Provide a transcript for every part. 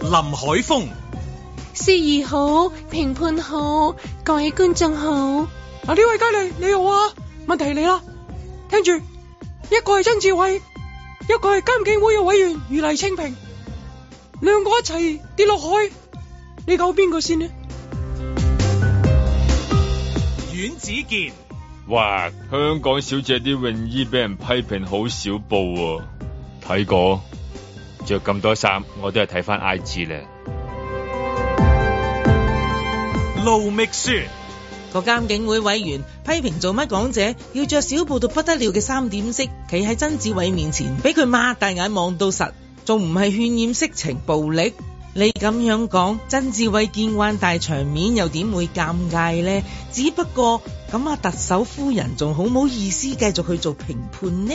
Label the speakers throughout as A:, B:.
A: 林海峰，
B: 司儀好，評判好，各位觀眾好。
C: 嗱，呢位佳麗你好啊，問題嚟啦，聽住，一個係曾志偉，一個係監警會嘅委員余黎青萍，兩個一齊跌落海，你救邊個先呢？
A: 阮子健，
D: 哇！香港小姐啲泳衣俾人批評好少布喎、睇過着咁多衫，我都係睇翻 I G 咧。
A: 盧覓雪，
E: 個監警會委員批評做乜港姐要着小布到不得了嘅三點式，企喺曾志偉面前，俾佢擘大眼望到實，仲唔係渲染色情暴力？你咁樣講，曾志偉見慣大場面，又點會尷尬呢？只不過咁啊，特首夫人仲好冇意思繼續去做評判呢？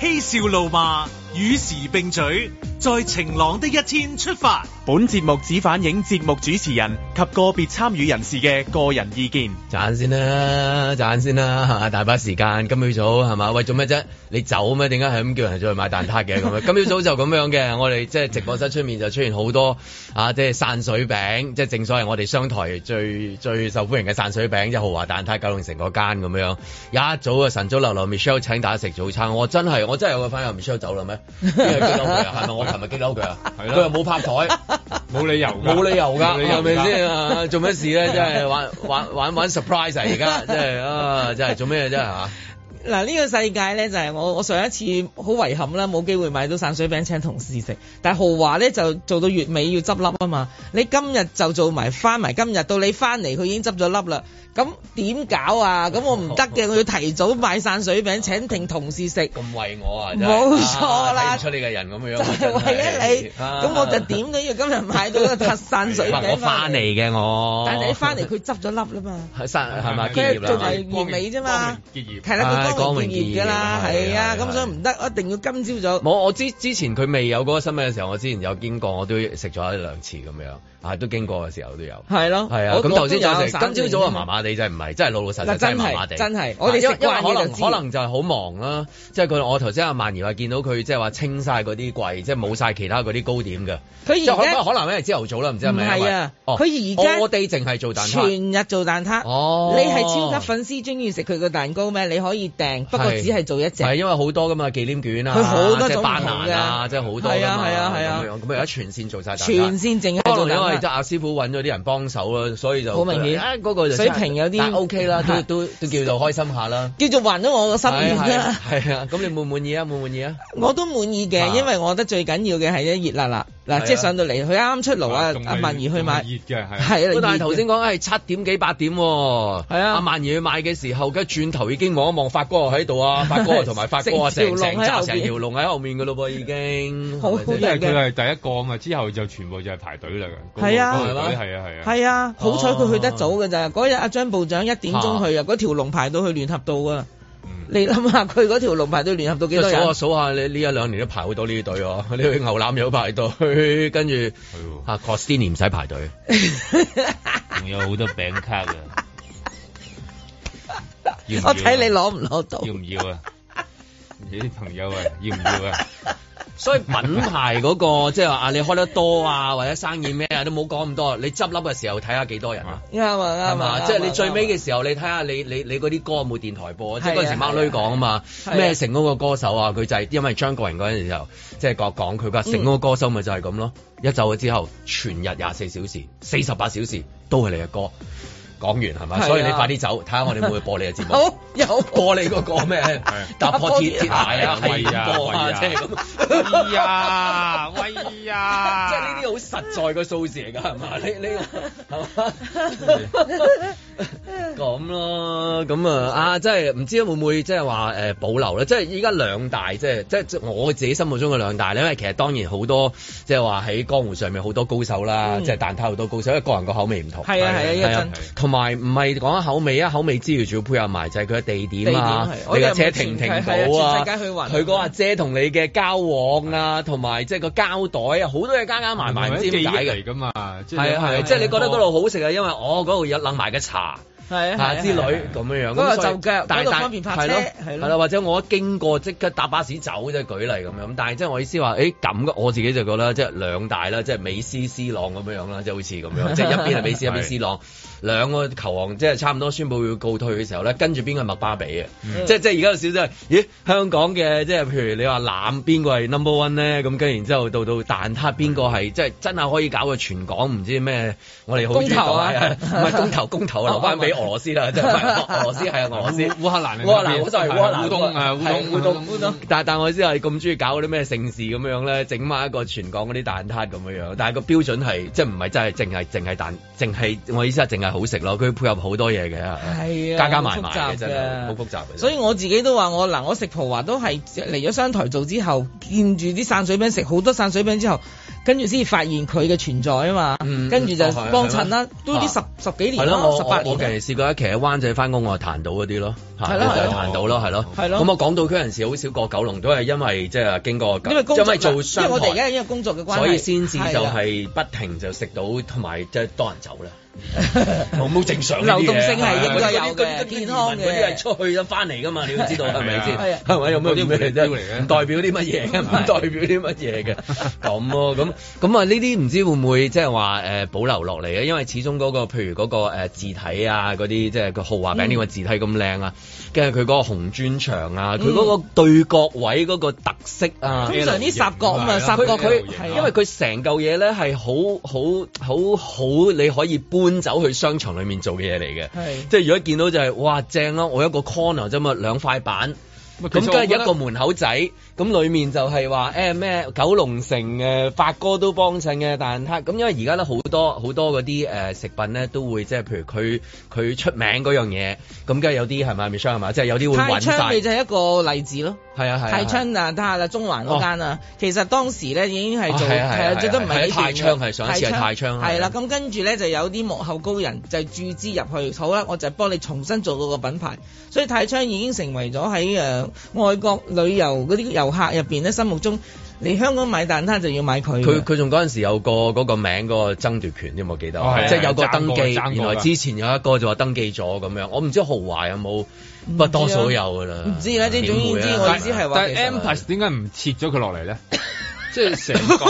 A: 嬉笑怒罵，與時並舉，在晴朗的一天出發。
F: 本節目只反映節目主持人及個別參與人士嘅個人意見。
G: 賺先啦，賺先啦，係嘛？大把時間，今朝早係嘛？喂，做咩啫？你走咩？點解係咁叫人再去買蛋撻 嘅咁樣？今朝早就咁樣嘅，我哋即係直播室出面就出現好多啊，即係散水餅，即係正所謂我哋商台最最受歡迎嘅散水餅，即係豪華蛋撻九龍城嗰間咁樣。一早啊，晨早流流 Michelle 請大家食早餐，我真係我真係有個朋友 Michelle 走啦咩？邊個激嬲佢啊？係咪我琴日激嬲佢 啊？
D: 係啦
G: 佢又冇拍 台。
D: 冇理由㗎，
G: 冇理由㗎，
D: 冇理由
G: 係
D: 㗎
G: 咪先？啊？做咩事咧？真係玩玩玩玩 surprise 啊！而家真係啊，真係做咩啊真係嚇？
E: 嗱呢個世界咧就係我我上一次好遺憾啦，冇機會買到散水餅請同事食。但係豪華咧就做到月尾要執笠啊嘛，你今日就做埋翻埋今日，到你翻嚟佢已經執咗笠啦。咁點搞啊？咁我唔 得嘅，我要提早買散水餅請定同事食。
G: 咁為我啊，真係
E: 冇錯啦
G: 啊睇唔出你嘅人咁樣，
E: 就係為咗你，
G: 啊
E: 咁我就點都要今日買到 個特散水
G: 唔係
E: 餅
G: 我翻嚟。嘅我，
E: 但係你翻嚟佢執咗笠啦嘛，
G: 哦係生係咪
D: 佢
G: 結
E: 佢
G: 業
E: 做
G: 啦
E: 埋？月尾啫嘛，
D: 結業
E: 係啦，
G: 唉
E: 佢光
G: 光
E: 榮
G: 榮
E: 結業
G: 結業
E: 㗎啦，係啊，
G: 係
E: 咁所以唔得，一定要今朝早。
G: 冇， 我之之前佢未有嗰個新聞嘅時候，我之前有經過，我都食咗一兩次咁樣，啊都經過嘅時候都有。
E: 係咯，
G: 係啊，
E: 我
G: 咁頭先
E: 我都
G: 再
E: 有
G: 食，
E: 散
G: 今朝早啊麻
E: 完
G: 麻地真係唔係，真係老老實實
E: 嗱
G: 真係
E: 真係
G: 麻麻地，
E: 真係我哋
G: 因為
E: 食慣
G: 因為可
E: 嘢
G: 能
E: 就知
G: 可能就係好忙啦，即係佢我頭先阿曼兒話見到佢即係話清晒嗰啲櫃，即係冇晒其他嗰啲糕點嘅，即係
E: 佢
G: 可能
E: 而
G: 可能因為朝頭早啦，唔知係
E: 家唔
G: 咪因為
E: 係啊，
G: 哦
E: 佢而家
G: 我哋淨係做蛋撻，
E: 全日做蛋撻。
G: 哦，
E: 你係超級粉絲，中意食佢個蛋糕咩？你可以訂，不過
G: 係
E: 只係做一隻。
G: 係因為好多噶嘛紀念券啊，
E: 佢好多
G: 即係
E: 種唔同
G: 班蘭啊，
E: 嘅
G: 即係好多
E: 係
G: 㗎
E: 啊
G: 嘛
E: 係啊係啊
G: 咁樣咁而家全線做晒蛋
E: 全
G: 撻。
E: 線淨係
G: 可
E: 做
G: 能因為
E: 蛋
G: 即係
E: 撻。
G: 阿師傅揾咗啲人幫手啦，所以就
E: 好明顯
G: 啊嗰個就
E: 水平有啲
G: 但 OK 啦，都
E: 嚇
G: 都都叫做開心下啦。
E: 叫做還咗我個心願啦，
G: 係係係啊，咁你滿唔滿意啊？滿唔滿意啊？
E: 我都滿意
G: 啊
E: 嘅，因為我覺得最緊要嘅係咧熱辣辣
G: 係啊
E: 嗱，即係上到嚟佢啱啱出爐啊
D: 仲，係
E: 阿曼兒去買
D: 仲係熱嘅係。
E: 係
G: 喂
E: 啦，
G: 但係
E: 熱
G: 頭先講係七點幾八點喎，
E: 係啊
G: 阿曼兒去買嘅時候，跟住轉頭已經望一望發哥喺度啊，發哥同埋發哥啊， 成
E: 成條
G: 成
E: 龍喺
G: 扎
E: 後邊
G: 成條龍喺後面噶咯噃，已經
E: 好
G: 係咪
D: 因
G: 先
D: 為佢係第一個啊嘛，之後就全部就係排隊啦。嗰個
E: 係啊
D: 嗰個隊係啊係啊。
E: 係啊，哦好彩佢去得早㗎咋。嗰日阿張部長一點
G: 啊
E: 鐘去啊，嗰條龍排到去聯合道啊。
D: 嗯
E: 你諗下，佢嗰條龍排到聯合道
G: 即
E: 幾
G: 係數
E: 多
G: 下
E: 人？
G: 數下，你呢一兩年都排好多 呢啲隊哦，你去牛腩有排隊， 跟住
D: 係喎
G: 啊 Costini 唔使排 隊。
H: 仲有好多餅卡嘅，要唔要啊
E: 我睇你攞唔攞到？
H: 要唔要啊？
D: 你啲朋友啊，要唔要 啊？
G: 所以品牌嗰、個即係話啊，你開得多啊，或者生意咩啊，都冇講咁多。你執笠嘅時候睇下幾多人啊，
E: 啱啊
G: 係
E: 啱
G: 嘛？
E: 啊！
G: 即係你最尾嘅時候，你睇下你你你嗰啲歌有冇電台播啊？即係嗰陣時
E: 係啊
G: Mark
E: 係
G: Lui
E: 啊
G: 講啊嘛，
E: 係啊
G: 咩成功嘅歌手啊，佢就係因為張國榮嗰陣時候即係講講佢話成功嘅歌手咪就係咁咯，一走咗之後，全日廿四小時、四十八小時都係你嘅歌。講完係嘛？
E: 係啊
G: 所以你快啲走，睇下我哋會唔會播你嘅節目。
E: 好有
G: 播你嗰個咩 踏破鐵鐵鞋啊，係
D: 喂呀
G: 咁播啊，
D: 喂呀
G: 即係咁。
D: 喂 呀，喂呀！
G: 即係呢啲好實在嘅數字嚟㗎，係嘛？呢呢個
E: 嗯
G: 係嘛？咁咯，咁啊啊，即係唔知會唔會即係話誒保留咧？即係依家兩大，即係即係即係我自己心目中嘅兩大咧。因為其實當然好多即係話喺江湖上面好多高手啦，
E: 嗯
G: 即係蛋撻好多高手，因為個人個口味唔同。
E: 係啊係啊，一
G: 係啊
E: 陣。
G: 同埋唔係講口味啊，口味之餘仲要配合埋就係佢嘅地點啊
E: 地點係，
G: 你
E: 我哋
G: 架
E: 係
G: 車
E: 咪
G: 停唔停
E: 全
G: 到
E: 係
G: 啊，
E: 係全世界去雲
G: 佢嗰個阿姐同你嘅交往啊，同埋即係個膠袋啊，好多嘢加加埋埋，唔知點解嘅。
D: 嚟㗎嘛？
G: 係啊係啊，即係你覺得嗰度好食啊，因為我嗰度有冷埋嘅茶，
E: 係啊係
G: 啊
E: 啊
G: 之類咁樣樣。
E: 嗰個
G: 咁所以
E: 就腳
G: 但
E: 嗰度
G: 但
E: 方便泊
G: 係咯
E: 車係咯
G: 係啦，或者我一經過即刻搭巴士走啫，舉例咁樣。但係即係我意思話，誒咁嘅我自己就覺得即係兩大啦，即係美斯、斯朗咁樣樣啦，即係好似咁 樣，即係一邊係美斯，一邊
D: 係
G: 斯朗。兩個球王即係差唔多宣布要告退嘅時候咧，跟住邊個係麥巴比嘅？
E: 嗯
G: 即係即係而家有少少係，咦？香港嘅即係譬如你話攬邊個係 number one 咧，咁跟然之後到到蛋撻邊個係即係真係可以搞個全港唔知咩？我哋好中意
E: 公投啊
G: 講係唔係公投公投啊
E: 哦
G: 留翻俾俄羅斯啦，即係唔 係俄羅斯係啊俄羅斯
H: 烏烏克
G: 烏
H: 蘭
G: 克蘭好在烏克蘭
H: 烏冬啊烏冬
G: 烏冬烏
E: 嗯
G: 冬，但但我意思係咁中意搞嗰啲咩盛事咁樣咧，整埋一個全港嗰啲蛋撻咁樣樣，但係個標準係即係唔係真係淨係淨係蛋，淨係我意思係淨係好食咯，佢配合好多嘢嘅，
E: 係啊
G: 加加埋埋
E: 好
G: 嘅
E: 複雜
G: 真
E: 㗎
G: 係好複雜嘅。
E: 所以我自己都話我嗱，我食葡華都係嚟咗商台做之後，見住啲散水餅食好多散水餅之後，跟住先發現佢嘅存在啊嘛，
G: 嗯
E: 跟住就
G: 哦係啊
E: 幫襯啦，都啲十
G: 啊
E: 十幾
G: 係
E: 年
G: 咯，
E: 啦，
G: 我
E: 十八
G: 我我
E: 年啊啦
G: 近。期試過一期喺灣仔翻工，我係彈到嗰啲咯，嚇
E: 係咯
G: 我就
E: 係咯
G: 彈到咯，係咯，
E: 係咯
G: 咁我港島區人士好少過九龍，都係因為即係經過，
E: 因為工作，
G: 做
E: 因為
G: 商
E: 我哋而
G: 台
E: 家。因為工作嘅關係，啊
G: 所以先至就
E: 啦
G: 係不停就食到，同埋即係多人 走啦。冇冇正常呢啲嘢
E: 流
I: à?
E: 動性係應該有
G: 嗰啲嗰啲
E: 嘅，健康
G: 嗰啲係
E: 嘅。
G: 出去咗翻嚟噶嘛，你要知道
H: 係啊
G: 係咪先？
H: 係
E: 啊
G: 係咪有咩
H: 嗰啲
G: 咩啫
H: 回標嚟嘅
G: 唔代表啲乜嘢嘅，唔代表啲乜嘢嘅。咁咯，咁咁啊，呢啲唔知會唔會即係話誒保留落嚟咧？因為始終嗰個譬如嗰個誒字體啊，嗰啲即係個豪華餅呢個字體咁靚啊，跟住佢嗰個紅磚牆啊，佢嗰個對角位嗰個特色啊。
E: 嗯通常啲霎角咁啊，
H: 係啊
E: 霎角
G: 佢
E: 佢
H: 佢
E: 係
G: 因為佢成嚿嘢咧係好好好好，你可以搬走去商場裏面做嘅嘢嚟嘅。
E: 係
G: 即係如果見到就係、哇正咯，我一個 corner 啫嘛，兩塊板。咁跟
H: 其實
G: 住
H: 我覺
G: 一
H: 得
G: 個門口仔，咁裏面就係話誒咩九龍城誒發哥都幫襯嘅蛋撻，咁因為而家咧好多好多嗰啲誒食品咧都會即係譬如佢佢出名嗰樣嘢，咁梗係有啲係咪 Michelle 係嘛，即係有啲會
E: 泰
G: 揾晒，
E: 昌咪
G: 係
E: 就係一個例子咯。
G: 啊係啊。
E: 泰
G: 係啊
E: 昌啊，睇下啦，中環嗰間啊，其實當時咧已經係做
G: 啊係啊係啊
E: 係啊，最多唔係幾
G: 係啊泰昌係上一次係泰昌係啊
E: 係啦。咁跟住咧就有啲幕後高人就注資入去，好啦，我就幫你重新做到個品牌。所以泰昌已經成為咗喺誒外國旅遊嗰啲遊客入邊咧心目中，嚟香港買蛋撻就要買佢
G: 佢
E: 嘅。
G: 佢仲嗰陣時有個嗰個名嗰個爭奪權添，我記得，
H: 哦係啊
G: 即係有個
H: 爭
G: 登
H: 過
G: 記。
H: 爭過㗎
G: 原來之前有一個就話登記咗咁樣，我唔知豪華有冇，不過多數都有㗎啦。
E: 啊唔知啦即係總言之
G: 點會啊
E: 我意思係話
H: 但
E: 其
H: 係
E: 實
H: M Plus 點解唔切咗佢落嚟咧？即係成 個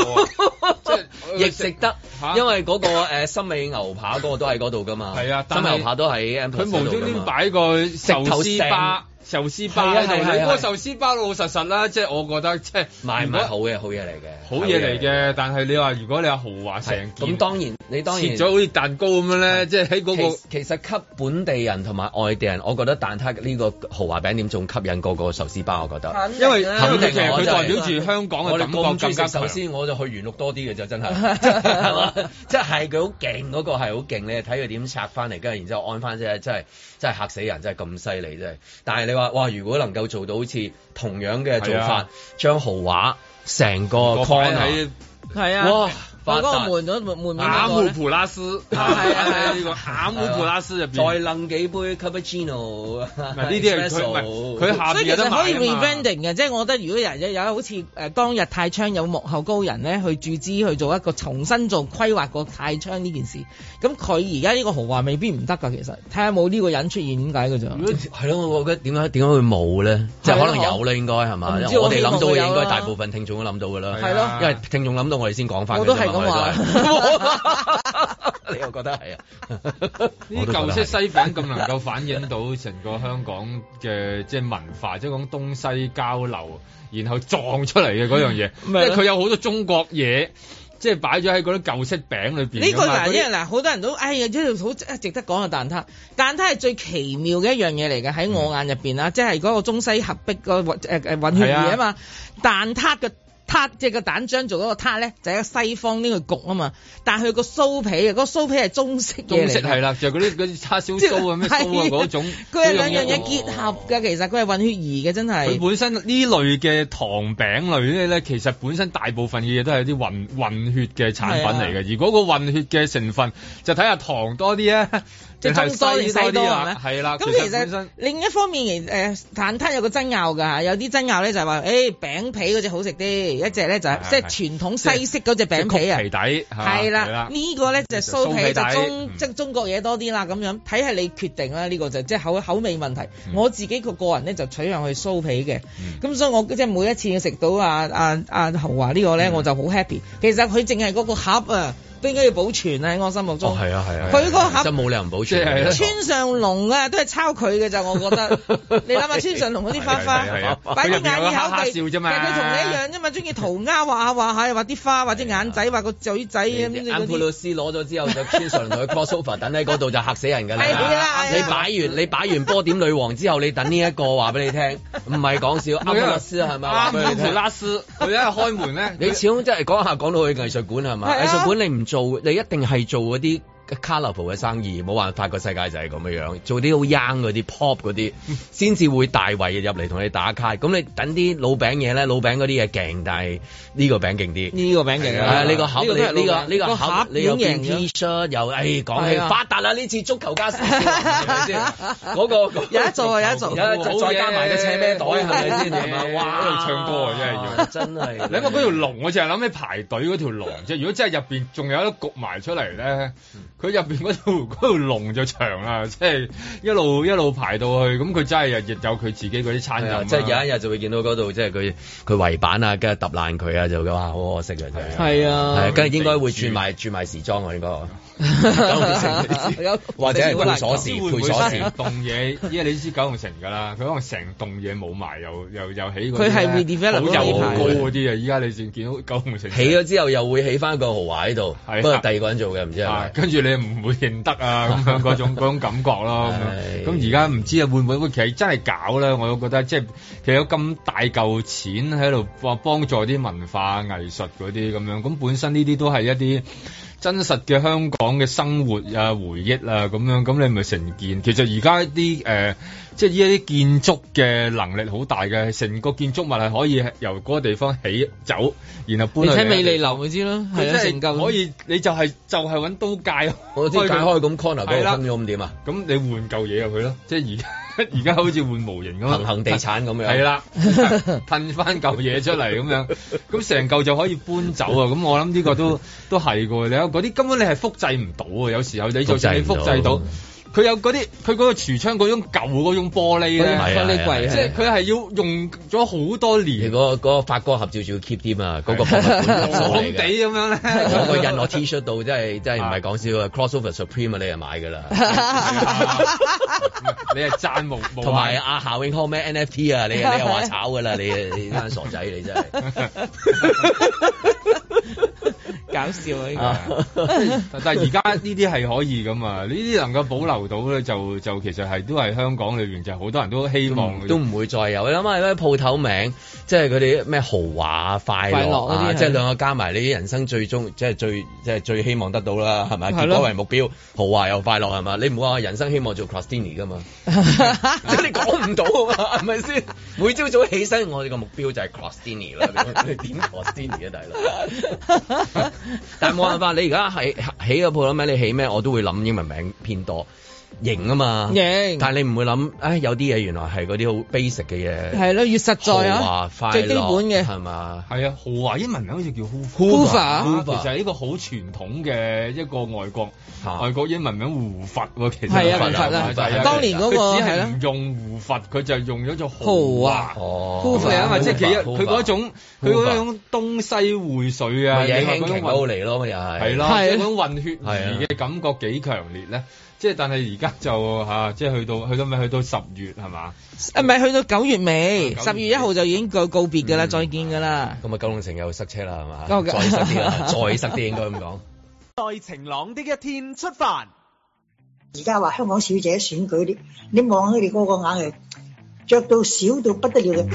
H: 啊，即係
G: 亦食得
H: 嚇，
G: 因為嗰個誒森美牛扒嗰個都喺嗰度㗎嘛。
H: 係啊但
G: 森
H: 係
G: 美牛扒都喺 M
H: 佢
G: Plus
H: 無
G: 嗰度
H: 端
G: 㗎嘛
H: 端擺個壽司
G: 直
H: 吧、壽司吧喺度，
G: 係啊係啊
H: 你嗰
G: 係
H: 個
G: 啊
H: 壽司吧老老實實啦，即係我覺得即係
G: 賣賣
H: 如果
G: 好嘅好嘢嚟嘅，
H: 好嘢嚟嘅，但係你話如果你話豪華
G: 係。
H: 成件
G: 咁當然你當
H: 切
G: 然
H: 咗好似蛋糕咁樣咧，即係喺嗰個
G: 其其實吸本地人同埋外地人，我覺得蛋撻呢個豪華餅店仲吸引過個壽司包，我覺得。啊
E: 肯定啊
H: 因為
E: 啦
H: 因為佢其實
G: 我
H: 佢
G: 真係
H: 代表住香港嘅
G: 我哋
H: 感覺
G: 咁中
H: 更
G: 意
H: 加
G: 食
H: 強
G: 壽。司，我就去元綠多啲嘅啫，真係， 係嘛？即係佢好勁嗰個係好勁，你睇佢點拆翻嚟，跟住然之後安翻啫，真係真係嚇死人，真係咁犀利真係。但係你話哇，如果能夠做到好似同樣嘅做
H: 係
G: 法
H: 啊，
G: 將豪華成個
H: 個擺
G: corner，
H: 喺
E: 係啊，
G: 哇，
E: 我
G: 發
E: 嗰個
G: 達！
E: 門嗰門門面嗰
H: 阿
E: 個
H: 姆
E: 咧
H: 普拉斯，
E: 啊係啊係 啊
H: 呢個阿姆普拉斯入
G: 再
H: 邊，
G: 掕幾杯 cappuccino，呢
H: 呢啲係佢唔係佢下
E: 所
H: 邊
E: 以其
H: 有得
E: 實可以
H: 賣啊嘛
E: rebranding 嘅，即係我覺得如果有有有好似誒、呃、當日泰昌有幕後高人咧去注資去做一個重新做規劃個泰昌呢件事，咁佢而家呢個豪華未必唔得㗎，其實睇下有冇呢個人出現點解㗎咋。
G: 係咯，我覺得點解點解會冇咧？即係可能有啦，應該係嘛？
E: 我唔
G: 因
E: 知
G: 為我哋
E: 我希望
G: 諗到嘅
E: 會有
G: 應該
E: 啦
G: 大部分聽眾都諗到㗎啦。
E: 係咯
G: 因為聽眾諗到我哋先講翻。
E: 我都係咁話
G: 我哋都係 你又覺得係 啊？
H: 呢舊式西餅咁能夠反映到成個香港嘅即係文化，即係講東西交流，然後撞出嚟嘅嗰樣嘢，因
E: 咪
H: 為
E: 係咯
H: 佢有好多中國嘢，即係擺咗喺嗰啲舊式餅裏邊㗎嘛。
E: 呢個嗱，
H: 嗰啲
E: 因為嗱，好多人都，哎呀，呢度好值得講嘅啊蛋撻。蛋撻係最奇妙嘅一樣嘢嚟嘅，
H: 嗯
E: 喺我眼入邊啊啦，即係嗰個中西合璧個誒誒混血兒啊嘛。蛋撻嘅撻，即係個蛋漿做嗰個撻咧，就係一個西方呢個焗啊嘛。但係佢個酥皮啊，嗰個酥皮係中式嘢
H: 中
E: 嚟
H: 式
E: 嘅
H: 係啦，就係嗰啲嗰啲叉燒酥啊咩酥啊嗰種，
E: 佢係
H: 嗰
E: 兩
H: 嘢
E: 樣嘢結合嘅，其實佢係混血兒嘅，真
H: 佢
E: 係。
H: 本身呢類嘅糖餅類咧，其實本身大部分嘅嘢都係啲混混血嘅產品嚟嘅，
E: 係啊
H: 而嗰個混血嘅成分就睇下糖多啲啊，
E: 即係
H: 定
E: 中多定
H: 西
E: 西多
H: 啲
E: 係
H: 啦
E: 咪？
H: 係啦，
E: 咁
H: 其
E: 其
H: 實本身
E: 實。另一方面，誒、呃、蛋撻有個爭拗㗎，有啲爭拗咧就係話，誒、餅皮嗰只好食啲，一皮一隻咧就係
H: 係
E: 即係
H: 係
E: 傳統西式嗰只
H: 即係
E: 餅皮啊
H: 曲。皮底
E: 係啦，呢個咧就
H: 就
E: 酥皮
H: 酥皮
E: 就
H: 底
E: 中
H: 嗯
E: 即係中國嘢多啲啦，咁樣睇下你決定啦。呢個就即係口口味問題。
H: 嗯
E: 我自己個個人咧就取向去酥皮嘅，
H: 嗯
E: 咁所以我即係每一次食到啊啊啊豪華呢個咧，
H: 嗯
E: 我就好 happy。其實佢淨係嗰個盒啊，都應該要保存啊喺我心 目
H: 哦
E: 中。
G: 啊係
E: 佢個盒
G: 真冇理由唔保
H: 即係
G: 存。
E: 村上龍啊，都係抄佢嘅咋，我覺 得。你諗下村上龍嗰啲花
H: 係啊係
E: 花，
H: 啊
E: 擺啲眼
H: 佢入面有
E: 耳
H: 個
E: 口
H: 哈哈
E: 鼻，
H: 笑啫嘛
E: 但係佢同你一樣啫嘛，中意塗鴉畫下畫下，又畫啲花，或者眼仔，畫個嘴仔啊咁
G: 安
E: 嗰
G: 普
E: 啲
G: 魯。斯攞咗之後，就天上同佢 crossover 等喺嗰度就嚇死人㗎啦。
E: 係啊啦係
G: 你
E: 啦
G: 擺完你擺完波點女王之後，你等呢一個話俾你聽，唔係講笑。安普魯斯啊係咪話
H: 啊啱
G: 俾你聽？
H: 拉斯，佢一開 門咧，
G: 你始終真係講下講到去藝術館係嘛？
E: 係啊
G: 藝術館你唔做，你一定係做嗰啲 colourful 嘅生意，冇辦法個世界就係咁樣樣，做啲好 young 嗰啲 pop 嗰啲，先至會大圍入嚟同你打卡。咁你等啲老餅嘢咧，老餅嗰啲嘢勁，但係呢個餅勁啲。
E: 呢個餅勁
G: 係啊！呢個盒，你呢個呢個盒，你又變
E: 變
G: T-shirt 又，誒講起
E: 係啊
G: 發達啦！呢次足球加時係咪先？嗰個嗰個
E: 有一座有一
G: 有一
E: 座
G: 座再加埋個斜孭袋係咪先？係咪？
H: 喺
G: 哇！
H: 度唱歌啊真係要
G: 真係
H: 你諗下嗰條龍，我淨係諗起排隊嗰條龍啫。如果真係入邊仲有一焗埋出嚟咧，
G: 嗯
H: 佢入邊嗰條 嗰條龍就長啦，即係一路一路排到去，咁佢真係日日有佢自己嗰啲餐
G: 係啊
H: 飲。
G: 即係有一日就會見到嗰度，即係佢佢圍板啊，跟住揼爛佢啊，就話哇好可惜啊，真係。
E: 係
G: 係
E: 啊
G: 跟住應該會轉埋轉埋時裝啊，應該
E: 有
G: 或者係
E: 好難
G: 配鎖
H: 知
G: 匙
H: 會唔
G: 配
H: 會
G: 鎖
H: 成
G: 匙。
H: 棟嘢，因為你知九龍城㗎啦，佢可能成棟嘢冇埋，又又又起嗰啲
E: 佢係
H: 呢
E: redevelop 咗
H: 好
E: 呢
H: 有
E: 排
H: 高嗰啲啊！依家你先見到九龍城
G: 起咗之後又會起翻個豪華喺度，
H: 係啊
G: 不過第二個人做嘅，唔知係
H: 啊
G: 咪，？
H: 跟住你唔會認得啊，咁 樣嗰種嗰種感覺咯。
G: 係
H: 咁樣咁而家唔知啊，會唔會其實真係搞咧？我都覺得即係其實有咁大嚿錢喺度幫幫助啲文化藝術嗰啲咁樣，咁本身呢啲都係一啲。真實嘅香港嘅生活啊、回憶啊咁樣，咁你咪成件。其實而家啲誒，即係依一啲建築嘅能力好大嘅，成個建築物係可以由嗰個地方起走，然後搬
E: 你
H: 去
E: 睇
H: 另
E: 美
H: 一個地
E: 利
H: 方
E: 樓咪知咯，係
H: 佢
E: 啊，
H: 真
E: 成嚿
H: 係可以，你就係就係揾刀界，
G: 我知解開咁 corner 嗰
H: 係
G: 個
H: 啦
G: 空咗咁點啊？
H: 咁你換嚿嘢入去咯，即係而家 而家好似換模型咁
G: 行
H: 啊，
G: 行地產咁樣。
H: 係，啦，噴翻嚿嘢出嚟咁樣，咁成嚿就可以搬走啊！咁我諗呢 個都都係嘅喎，你有嗰啲根本你係複製唔到啊！有時候你就算你
G: 複
H: 複
G: 製
H: 製
G: 唔到
H: 到，佢有嗰啲佢嗰個櫥窗嗰種舊嗰種玻璃
E: 嗰啲
G: 係
H: 咧，
G: 啊
E: 玻璃櫃
G: 係啊
H: 即係佢係要用咗好多
G: 你
H: 年，
G: 嗰個嗰個發哥合照仲要 keep 添啊， 嗰個博物館合照
H: 空
G: 嚟
H: 地
G: 嘅。
H: 咁樣咧。
G: 我個印我 T-shirt 度真係真係唔係講 笑啊！Crossover Supreme 啊，你就買㗎啦。
H: 你係讚無無
G: 同埋
H: 限
G: 阿夏永康咩 NFT 啊，你你又話炒㗎啦，你你單傻仔你真係。
E: 搞笑啊！呢個
H: 但但係而家呢啲係可以噶嘛？呢啲能夠保留到咧，就就其實係都係香港裏邊就好多人都希望
G: 嗯都唔會再有。你諗下咩鋪頭名，即係佢哋咩豪華啊、快
E: 快
G: 樂
E: 樂嗰
G: 啊，
E: 啲
G: 即係
E: 係
G: 兩個加埋，你人生最終即係最即係最希望得到啦，係咪？
E: 係
G: 結
E: 咯
G: 果為目標，豪華又快樂係嘛？你唔好話人生希望做 Crostini 噶 嘛，即係你講唔到啊嘛，係咪先？每朝早起身，我哋個目標就係 Crostini 啦。你點 Crostini 啊，大 佬？但係冇辦法，你而家係起個鋪頭名，你起咩我都會諗英文名偏多。型啊嘛，
E: 型
G: 但係你唔會諗，唉，有啲嘢原來係嗰啲好 basic 嘅嘢，
E: 係咯，越實在啊
G: 豪華，快樂
E: 最基本嘅
G: 係嘛？
H: 係啊，豪華英文名好似叫
E: Hoover
H: Hoover，啊
E: Hoover
H: 其實係一個好傳統嘅一個外國
G: 嚇
H: 外國英文名胡佛喎，其實
E: 係
G: 啊胡佛啊
H: 就係
G: 當
E: 年嗰個
H: 佢只
E: 係
H: 係
E: 啦
H: 唔用胡佛，佢就用咗做
E: 豪
H: 豪
E: 華
H: 華。
G: 哦
H: 咁你
E: ，Hoover
H: 啊嘛，即係佢
G: Hoover，
H: 佢嗰種佢
G: Hoover
H: 嗰種東西匯水啊，
G: 咪嘢
H: 你話嗰
G: 輕
H: 種
G: 騎
H: 運
G: 到嚟咯，咪又係
H: 係咯，
E: 係
H: 即係嗰種混血兒嘅感覺幾強烈咧。即係但係而家就嚇、啊即係去到去到咪去到十月係嘛？
E: 啊唔係去到九月尾，
H: 啊
E: 十
H: 九月
E: 月一號就已經告告別㗎啦，再見㗎啦。
G: 嗯咁啊，九龍城又塞車啦，
H: 哦
G: 係嘛？
E: 夠㗎
G: 再塞啲 啦，再塞啲應該咁講。
A: 在晴朗的一天出發。
J: 而家話香港小姐選舉啲，你望佢哋個個眼係着到少到不得了嘅。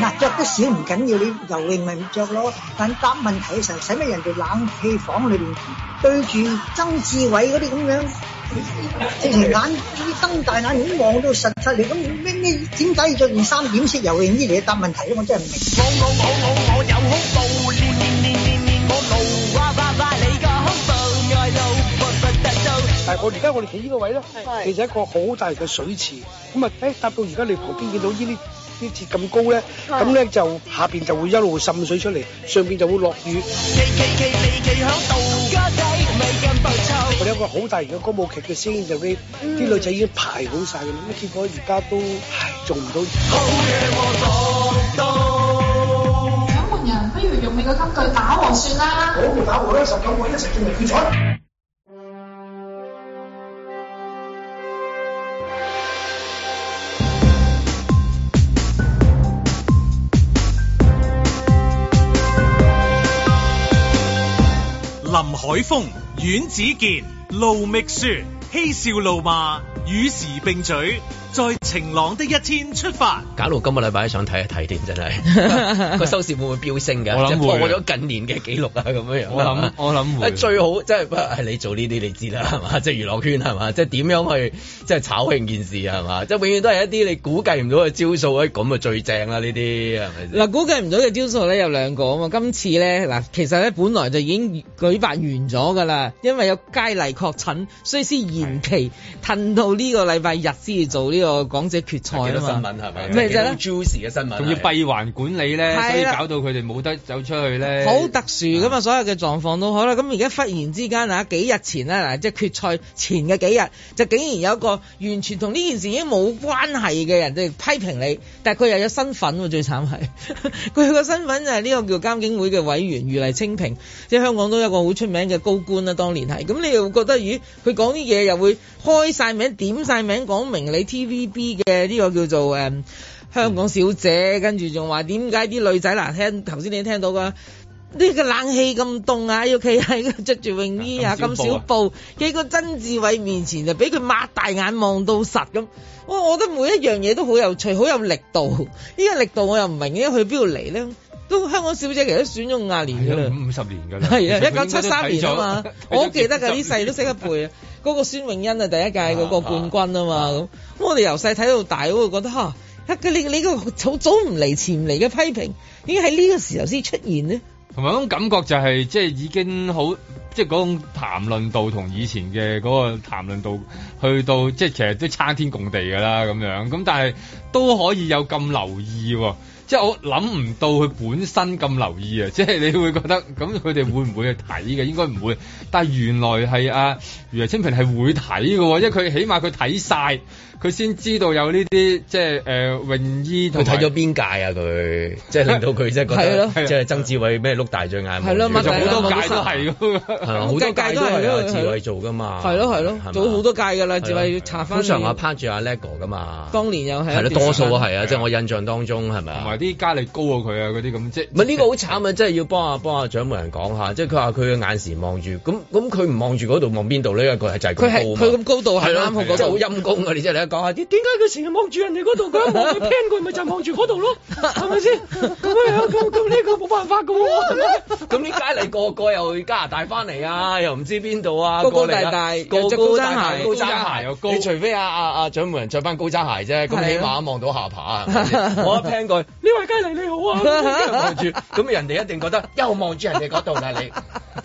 J: 嗱，着得少唔緊要，你游泳咪唔着咯。但答問題嘅時候，使乜人哋冷氣房裏邊對住曾志偉嗰啲咁樣，直情眼啲瞪大眼已經望到實實嚟咁，咩咩點解要着件衫點識游泳呢啲嘢答問題咧？我真係唔明。
I: 但係我而家我哋企呢個位咧，其實一個好大嘅水池。咁啊，誒搭到而家你旁邊見到呢啲
K: 啲鐵咁高咧，咁咧就下邊就會一路滲水出嚟，上邊就會落雨。我哋有個好大型嘅歌舞劇嘅先就啲啲女仔已經排好晒嘅啦，咁啊結果而家都唉做唔到。
L: 掌門人，不如用你個金句打和算啦。
K: 好，打和啦，十九個一齊進入決賽。
A: 林海峰、阮子健、盧覓雪，嬉笑怒罵，與時並舉，在晴朗的一天出發。
G: 假如今個禮拜想睇一睇添，真 係個收視會唔會飆升嘅？
D: 我諗
G: 即係
D: 會
G: 破咗近年嘅紀錄啊，咁樣樣。
D: 我諗我 諗會
G: 最好即係不係你做呢啲你知啦，係嘛？即係娛樂圈係嘛？即係點樣去即係炒興件事啊係嘛？即係永遠都係一啲你估計唔到嘅招數，哎咁啊最正啦！呢啲係咪先？
E: 嗱，估計唔到嘅招數咧有兩個啊嘛，今次咧嗱，其實咧本來就已經舉辦完咗噶啦，因為有佳麗確診，所以先延期，褪到呢個禮拜日先至做呢個港姐決賽
G: 幾多新聞
E: 啊嘛。
G: 係咪？
E: 咪就係咯
G: 幾多 juicy 嘅新聞
H: 仲要
G: 係
H: 閉環管理
E: 係
H: 咧，
E: 啦
H: 所以搞到佢哋冇得走出去咧。
E: 好特殊噶嘛，所有嘅狀況都好啦。咁而家忽然之間啊，幾日前啦，嗱，即係決賽前嘅幾日，就竟然有一個完全同呢件事已經冇關係嘅人，就批評你，但係佢又有身份喎，最慘係佢個身份就係呢個叫監警會嘅委員余麗清平，即係香港都有個好出名嘅高官啦，當年係。咁你又覺得，咦，佢講啲嘢又會開晒名、點晒名，講明你 TVB 嘅呢個叫做誒。嗯香港小姐，跟住仲話點解啲女仔難聽？頭先你聽到噶，呢個冷氣咁凍啊，要企 喺着住泳衣啊，
M: 咁
E: 咁
M: 少
E: 少布，企個曾志偉面前就俾佢擘大眼望到實咁。哇！我覺得每一樣嘢都好有趣，好有力度。呢個力度我又唔明，因為去邊度嚟咧？都香港小姐其實都選咗五廿年㗎啦。
H: 五十年㗎啦，
E: 係啊，
H: 其實佢
E: 一九七三年
H: 應該都睇咗
E: 啊嘛，我好記得㗎，呢世都識得背啊。嗰個孫泳恩啊，第一屆嗰個冠軍啊嘛，咁咁我哋由細睇到大，我會覺得嚇，一個你你個早早唔嚟前唔嚟嘅批評，已經喺呢個時候先出現呢。
H: 同埋嗰種感覺就係、即係已經好，即係嗰種談論度同以前嘅嗰個談論度，去到即係其實都差天共地㗎啦咁樣。咁但係都可以有咁留意喎、即係我諗唔到佢本身咁留意啊！即係你會覺得咁佢哋會唔會去睇嘅？應該唔會。但係原來係啊，原來清平係會睇嘅喎，因為佢起碼佢睇晒，佢先知道有呢啲即係誒、呃泳衣同
G: 佢
H: 埋
G: 睇咗邊界啊？佢即係令到佢即係覺
H: 係咯
G: 得，即係曾志偉咩碌大隻眼望住佢。
E: 係咯擘大眼
H: 好多屆都係㗎
G: 係啊好多
E: 屆
G: 屆
E: 都
G: 都
E: 係
G: 係
E: 咯
G: 阿志偉做㗎嘛。
E: 係咯係咯
G: 啊係嘛，
E: 早好多屆㗎啦，
G: 係咯啊
E: 志偉要查翻。
G: 通常啊，攀住阿 Lego 㗎嘛。
E: 當年又係
G: 係
E: 一
G: 咯，
E: 段
G: 多數
E: 時間
G: 啊係啊，即係我印象當中係咪啊？
H: 同埋啲加力高過佢啊嗰啲咁，即係
G: 唔係呢個好慘啊！即係要幫啊幫啊掌門人講下，即係佢話佢嘅眼時望住，咁咁佢唔望住嗰度望邊度呢？因為佢係就係咁
E: 佢係
G: 高啊嘛
E: 佢咁高度係
G: 咯
E: 啱好嗰度
G: 即係好陰公啊！你即係你一講下啲點解佢成日望住人哋嗰度，佢一望你 plan 佢咪就係望住嗰度咯，係咪先？咁樣咁咁呢個冇辦法㗎喎，係咪咁啲佳麗 個個又去加拿大翻嚟啊，又唔知邊度啊，
E: 高高
G: 過嚟啊
E: 大大
G: 個
E: 又着
G: 高
E: 高踭
G: 大
E: 鞋
G: 高
E: 高
G: 踭
E: 踭
G: 鞋
E: 鞋
G: 又
E: 又
G: 高，
E: 高
G: 你除非啊啊啊掌門人着翻高踭鞋啫，咁起
E: 係啊
G: 碼望到下 巴係咪先我一 plan 佢，呢位佳麗你 好啊，咁望住，咁人哋一定覺得又望住人哋嗰度啦你。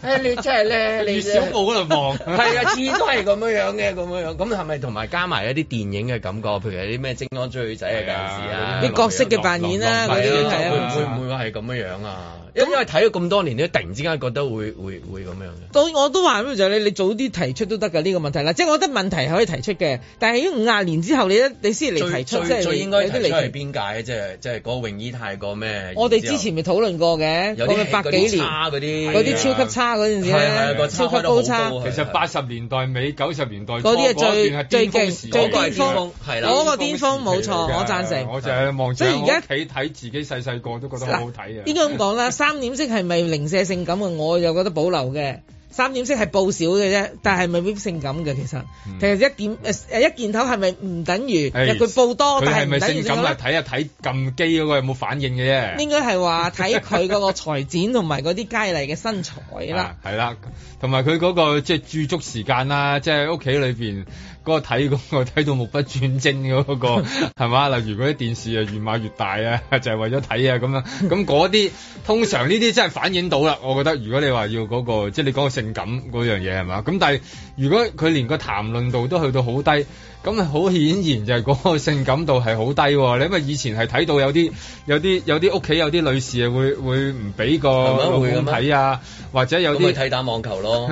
G: 誒你真係咧，你
H: 越小澳嗰 度望，
G: 係啊，次次都係咁樣樣嘅，咁樣樣。咁係咪同埋加埋一啲電影嘅感覺，譬如啲咩《精安追女仔》嘅嗰陣時啊，
E: 啲角色嘅扮演啦
G: 係
E: 嗰啲
G: 啊
E: 係啊
G: 會唔會會係咁樣樣啊？因為睇咗咁多年，你突然之間覺得會會會咁樣嘅。
E: 當然我都話咁就係你，你早啲提出都得㗎呢個問題啦。即係我覺得問題係可以提出嘅，但係已經五廿年之後你一你先嚟提
G: 最
E: 出，即
G: 最
E: 係
G: 最
E: 你
G: 應該
E: 有啲
G: 提
E: 離
G: 出係
E: 奇
G: 邊界即係即係嗰個泳衣太過咩？
E: 我哋
G: 然後
E: 之前咪討論過嘅，
G: 有
E: 講
G: 啲
E: 緊百幾年
G: 戲嗰啲差嗰啲
E: 嗰
H: 啊
E: 啲超級差嗰陣時
G: 啊係啊係啊
E: 咧
G: 個，差
E: 超
G: 開
E: 級
G: 得好高
E: 高
G: 啊
E: 差。
H: 其實八十年代尾、九十年代初
E: 嗰啲係最
H: 嗰段係
E: 最
H: 巔峰
E: 勁
H: 時代
E: 最
H: 嚟
E: 巔
H: 嘅
E: 峰，嗰個巔峰冇錯，我贊成。
H: 我就係啊望住
E: 所以
H: 喺
E: 而
H: 我屋
E: 家
H: 企睇自己細細個都覺得好好睇啊！
E: 應該咁講啦，三點式係咪零舍性感嘅？我又覺得保留嘅。三點式係報少嘅啫，但係未必性感嘅其實。其實一點誒誒一件頭係咪唔等於
H: 誒
E: 佢報多，
H: 哎佢
E: 但係
H: 係
E: 唔
H: 咪
E: 等於
H: 性
E: 性
H: 感
E: 感
H: 啊
E: 咧？？
H: 睇一睇撳機嗰個有冇反應嘅啫。
E: 應該係話睇佢嗰個裁剪同埋嗰啲佳麗嘅身材啦。
H: 係啦，同埋佢嗰個即係駐足時間啦，即係屋企裏邊嗰個睇嗰個 睇到目不轉睛嗰、個係嘛？例如嗰啲電視啊越買越大啊， 就係、為咗睇啊咁樣。咁嗰啲通常呢啲真係反映到啦。我覺得如果你話要嗰、個即係你講個性感嗰樣嘢係嘛？咁但係如果佢連個談論度都去到好低。咁係好顯然就係嗰個性感度係好低喎，你因為以前係睇到有啲有啲有啲屋企有啲女士啊會會唔俾個
G: 係
H: 老
G: 咪
H: 公
G: 會嘅咩
H: 睇啊，或者有
G: 咁咪
H: 啲
G: 睇打網球咯。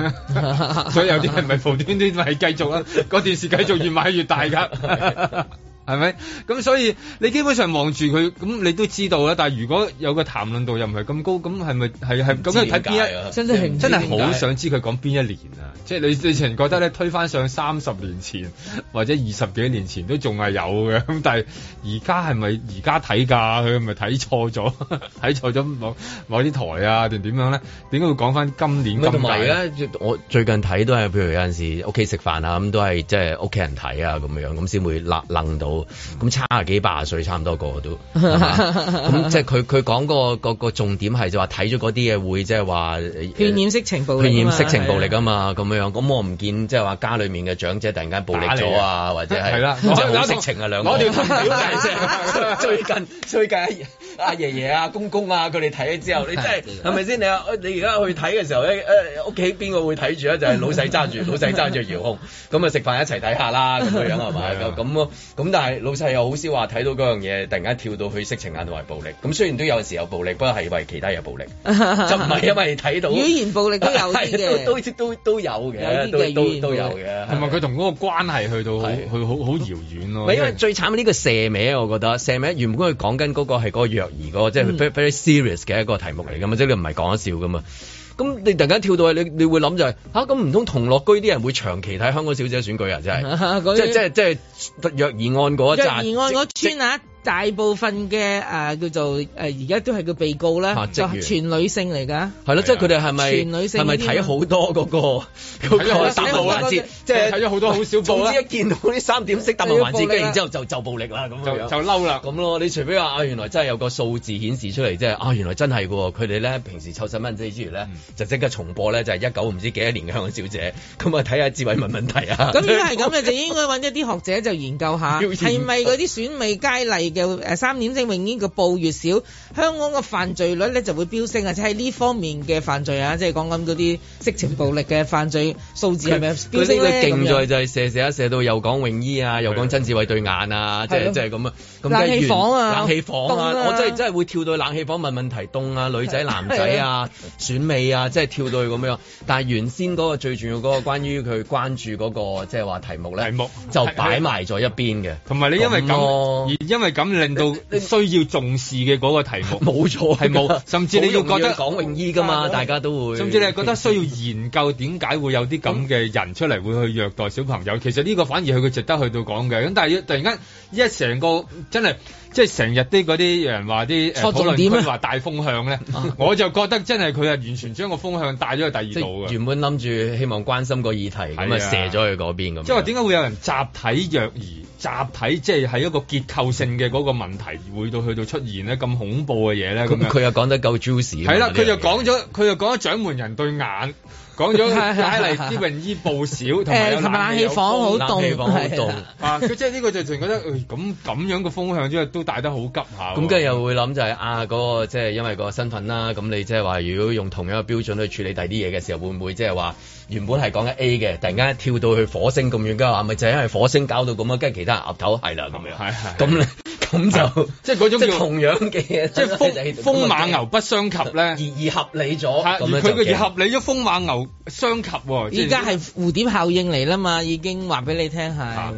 H: 所以有 啲人咪無端端咪繼續啦，個電視繼續越買越大 㗎，係咪？咁所以你基本上望住佢，咁你都知道啦。但係如果有個談論度又唔係咁高，咁係咪係係咁樣
G: 唔知
H: 睇邊
G: 點解啊
H: 一？
G: 真係唔知
H: 真係
G: 點
H: 好
G: 解
H: 想知佢講邊一年啊！即係你你成覺得咧推翻上三十年前 或者二十幾年前都仲係有嘅，咁但係而家係咪而家睇㗎？佢係咪睇錯咗？ 睇錯咗某某啲台啊定點樣咧？點解會講翻今年
G: 咁
H: 咁
G: 同埋
H: 解呢
G: 而家我最近睇都係，譬如有陣時屋企食飯啊，咁都係即係屋企人睇啊，咁樣咁先會楞楞到，咁差幾百歲差唔多個個都， 係嘛咁即係佢佢講個個個重點係就話睇咗嗰啲嘢會即係話呃
E: 渲染色情暴力啊嘛，
G: 渲染色情暴力
E: 係
G: 啊嘛，咁樣咁我唔見即係話家裡面嘅長者突然間暴力咗啊，
H: 打你啊
G: 或者
H: 係啦
G: 係
H: 攞
G: 即係
H: 攞
G: 好
H: 條
G: 色情啊兩個。
H: 攞條條表
G: 就 係最近最近阿阿爺爺啊公公啊佢哋睇咗之後，你真係係咪先？你啊你而家去睇嘅時候咧，誒屋企邊個會睇住咧？就係老細揸 住老細揸住遙控，咁啊食飯一齊睇下啦咁樣 係啊咪？咁咁咁但係老細又好少話睇到嗰樣嘢，突然間跳到去色情眼同埋暴力。咁雖然都有陣時有暴力，不過係為其他嘢暴力。 就唔係因啊為睇到
E: 語言暴力都有啲嘅，
G: 係都都都有嘅，
E: 有
G: 都
E: 啲嘅語
G: 都
E: 言
G: 都有
E: 暴力
G: 嘅。
H: 同埋佢同嗰個關係去到好去好好遙遠
G: 唔
H: 咯。
G: 係因為最慘呢個射名，我覺得射名原本佢講緊嗰個係嗰個虐兒嗰個，即係
E: 嗯
G: very very serious 嘅一個題目嚟噶嘛，即係你唔係講笑噶嘛。咁你突然間跳到去，你你會諗就係、吓咁唔通同樂居啲人會長期睇香港小姐選舉啊？真係
E: 嗰啲
G: 即係即係即係虐兒案嗰一
E: 因
G: 紮，
E: 為而案嗰村啊，大部分嘅誒、呃叫做誒而家都係叫被告啦
G: 啊，
E: 就
G: 職員啊
E: 全女性嚟㗎。
G: 係咯，即係佢哋係咪
E: 全女性
G: 係咪
E: 呢啲
G: 睇
E: 嘛
G: 好多嗰、個嗰、
E: 睇咗好
G: 個
E: 多
G: 三個環節，即係
H: 睇咗好多好少報
G: 總
H: 啦
G: 之一見到呢三點式答問環節，跟住然之後就就暴力啦咁
H: 就
G: 樣
H: 就嬲啦。
G: 咁咯，你除非話啊，原來真係有個數字顯示出嚟，即係啊，原來真係嘅喎。佢哋咧平時湊細蚊仔之餘
E: 嗯
G: 咧，就即刻重播咧，就係一九唔知幾多年嘅香港小姐，咁啊睇下志偉問問題啊。
E: 咁如果係咁嘅，就應該揾一啲學者就研 究下，
G: 要研究
E: 係咪嗰啲選美佳麗嘅誒三點式永遠嘅報越少，香港嘅犯罪率咧就會飆升啊！即係呢方面嘅犯罪啊，即係講緊嗰啲色情暴力嘅犯罪數字係咪
G: 佢
E: 飆
G: 呢
E: 升
G: 個勁
E: 咧？
G: 在
E: 咁樣
G: 就係射射一射到又講泳衣啊，又講曾志偉對眼啊，即
E: 係
G: 係
E: 咯
G: 即係咁啊。咁
E: 冷氣房啊
G: 冷氣房
E: 凍
G: 啊，
E: 啊
G: 我真係真係會跳到去冷氣房問問題，凍 啊，女仔男仔啊，選美啊，即係跳到去咁樣。但係原先嗰個最重要嗰個關於佢關注嗰個即係話題目咧，題
H: 目
G: 就擺埋咗一邊嘅。
H: 同埋你因為
G: 咁啊
H: 咁
G: 咯
H: 而因為咁令到需要重視嘅嗰個題 目
G: 冇錯
H: 係冇，甚至你要覺得
G: 好容易去講泳衣㗎嘛大家都會
H: 甚至你係覺得需要研究點解會有啲咁嘅人出嚟會去虐待小朋友，其實呢個反而係佢值得去到講嘅。咁但係突然間依家成個真係即係成日啲嗰啲人話啲誒
G: 錯
H: 討
G: 重
H: 論
G: 點啊啊
H: 區話大風向咧，我就覺得真係佢係完全將個風向帶咗去第
G: 即
H: 二度
G: 係
H: 嘅。
G: 原本諗住希望關心個議題，咁
H: 係啊
G: 啊射咗去嗰邊咁樣。
H: 即係話點解會有人集體虐兒、集體即係喺一個結構性嘅嗰個問題會到去到出現咧咁恐怖嘅嘢咧咁
G: 咁
H: 樣。
G: 佢又講得夠 juicy 啊嘛。
H: 係啦，
G: 呢
H: 佢就
G: 樣嘢
H: 講咗，佢就講咗掌門人對眼，講咗佳麗啲泳衣布少，同埋有
E: 誒同埋冷氣房好凍
H: 冷氣房好凍
E: 係啦
H: 啊！佢即係呢個就淨覺得，誒咁咁樣嘅風向之後都帶得好急下喎。
G: 咁跟住又會諗就係、啊嗰、個即係因為個身份啦，咁你即係話如果用同樣嘅標準去處理第啲嘢嘅時候，會唔會即係話原本係講緊 A 嘅，突然間跳到去火星咁遠，跟住話啊咪就係因為火星搞到咁啊，跟住其他人岌頭係啦咁樣，咁咧咁就
H: 即係嗰種
G: 即係
H: 叫
G: 同樣嘅嘢，
H: 即係 風風馬牛不相及咧，而
G: 而合理咗，
H: 而
G: 咁樣就
H: 佢
G: 驚
H: 嘅合理咗風馬牛相及喎。即
E: 而家係蝴蝶效應嚟啦嘛，已經話俾你聽係。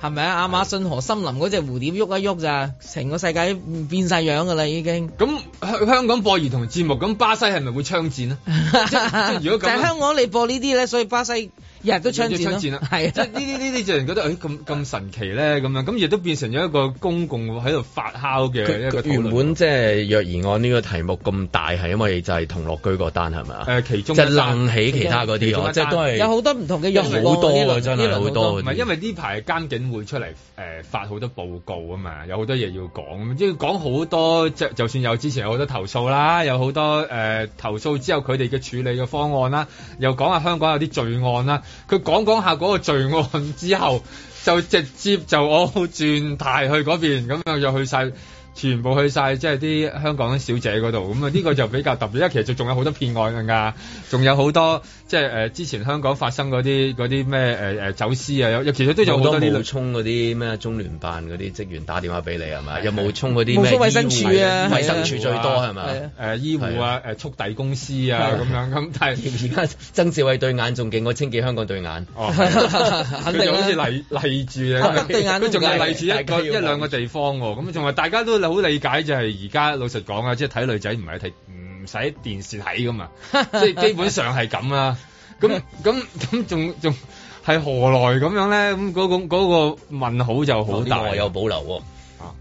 E: 係咪啊？亞馬遜河森林嗰隻蝴蝶喐一喐咋，成個世界變晒樣㗎啦已經。
H: 咁香香港播兒童節目，咁巴西係咪會槍戰啊呢？即係如
E: 就
H: 果咁樣
E: 係香港你播呢啲咧，所以巴西日 日都槍戰
H: 槍戰
E: 咯
H: 啦，
E: 係啊
H: 即係呢啲呢啲就人覺得誒哎咁咁神奇咧咁樣，咁亦都變成咗一個公共喺度發酵嘅一個
G: 佢
H: 討
G: 原
H: 論。
G: 本即係虐兒案呢個題目咁大，係因為就係同樂居嗰單係咪啊？
H: 誒其中一
G: 即
H: 單
G: 係楞起其他嗰
H: 其
G: 啲
H: 中一
G: 哦，
H: 單
G: 即係都係
E: 有好多唔同嘅用
G: 有好多
E: 呢輪
G: 㗎，真
E: 呢輪
G: 係好多嗰
H: 唔係
G: 啲。
H: 因為呢排監警會出嚟誒、呃、發好多報告啊嘛，有好多嘢要講，即係講好多就就算有之前有好多投訴啦，有好多誒、呃投訴之後佢哋嘅處理嘅方案啦，又講下香港有啲罪案啦，佢講講下嗰個罪案之後，就直接就我轉態去嗰邊，咁樣就去晒。全部去晒即係啲香港小姐嗰度，咁啊呢個就比較特別，因為其實仲有好多騙案㗎，仲有好多即係誒、呃之前香港發生嗰啲嗰啲咩誒誒走私啊，有其實都有好多呢
G: 冇
H: 類。
G: 充嗰啲咩中聯辦嗰啲職員打電話俾你係咪？有冇充嗰啲
H: 冇
G: 咩
H: 充衛生署
G: 醫
H: 啊
G: 護
H: 係啊
G: 衛生署最多係
H: 係啊
G: 咪？
H: 誒醫護啊，誒速遞公司啊咁樣咁，但
G: 係而家曾志偉對眼仲勁過清潔香港對眼，
H: 哦
G: 肯
H: 佢
G: 定
H: 就好似
G: 啦。
H: 例例住
G: 啊
H: 啊，
G: 對眼都
H: 佢
G: 唔
H: 仲有
G: 計
H: 例住一
G: 大
H: 個
G: 家
H: 一
G: 要
H: 兩個地方喎，咁仲話大家都好理解就係而家老實講啊，即係睇女仔唔係睇唔使電視睇噶嘛，即 係基本上係咁啦。咁咁咁仲仲係何來咁樣咧？咁嗰個嗰個問號就好
G: 哦呢個
H: 大。
G: 我有保留喎。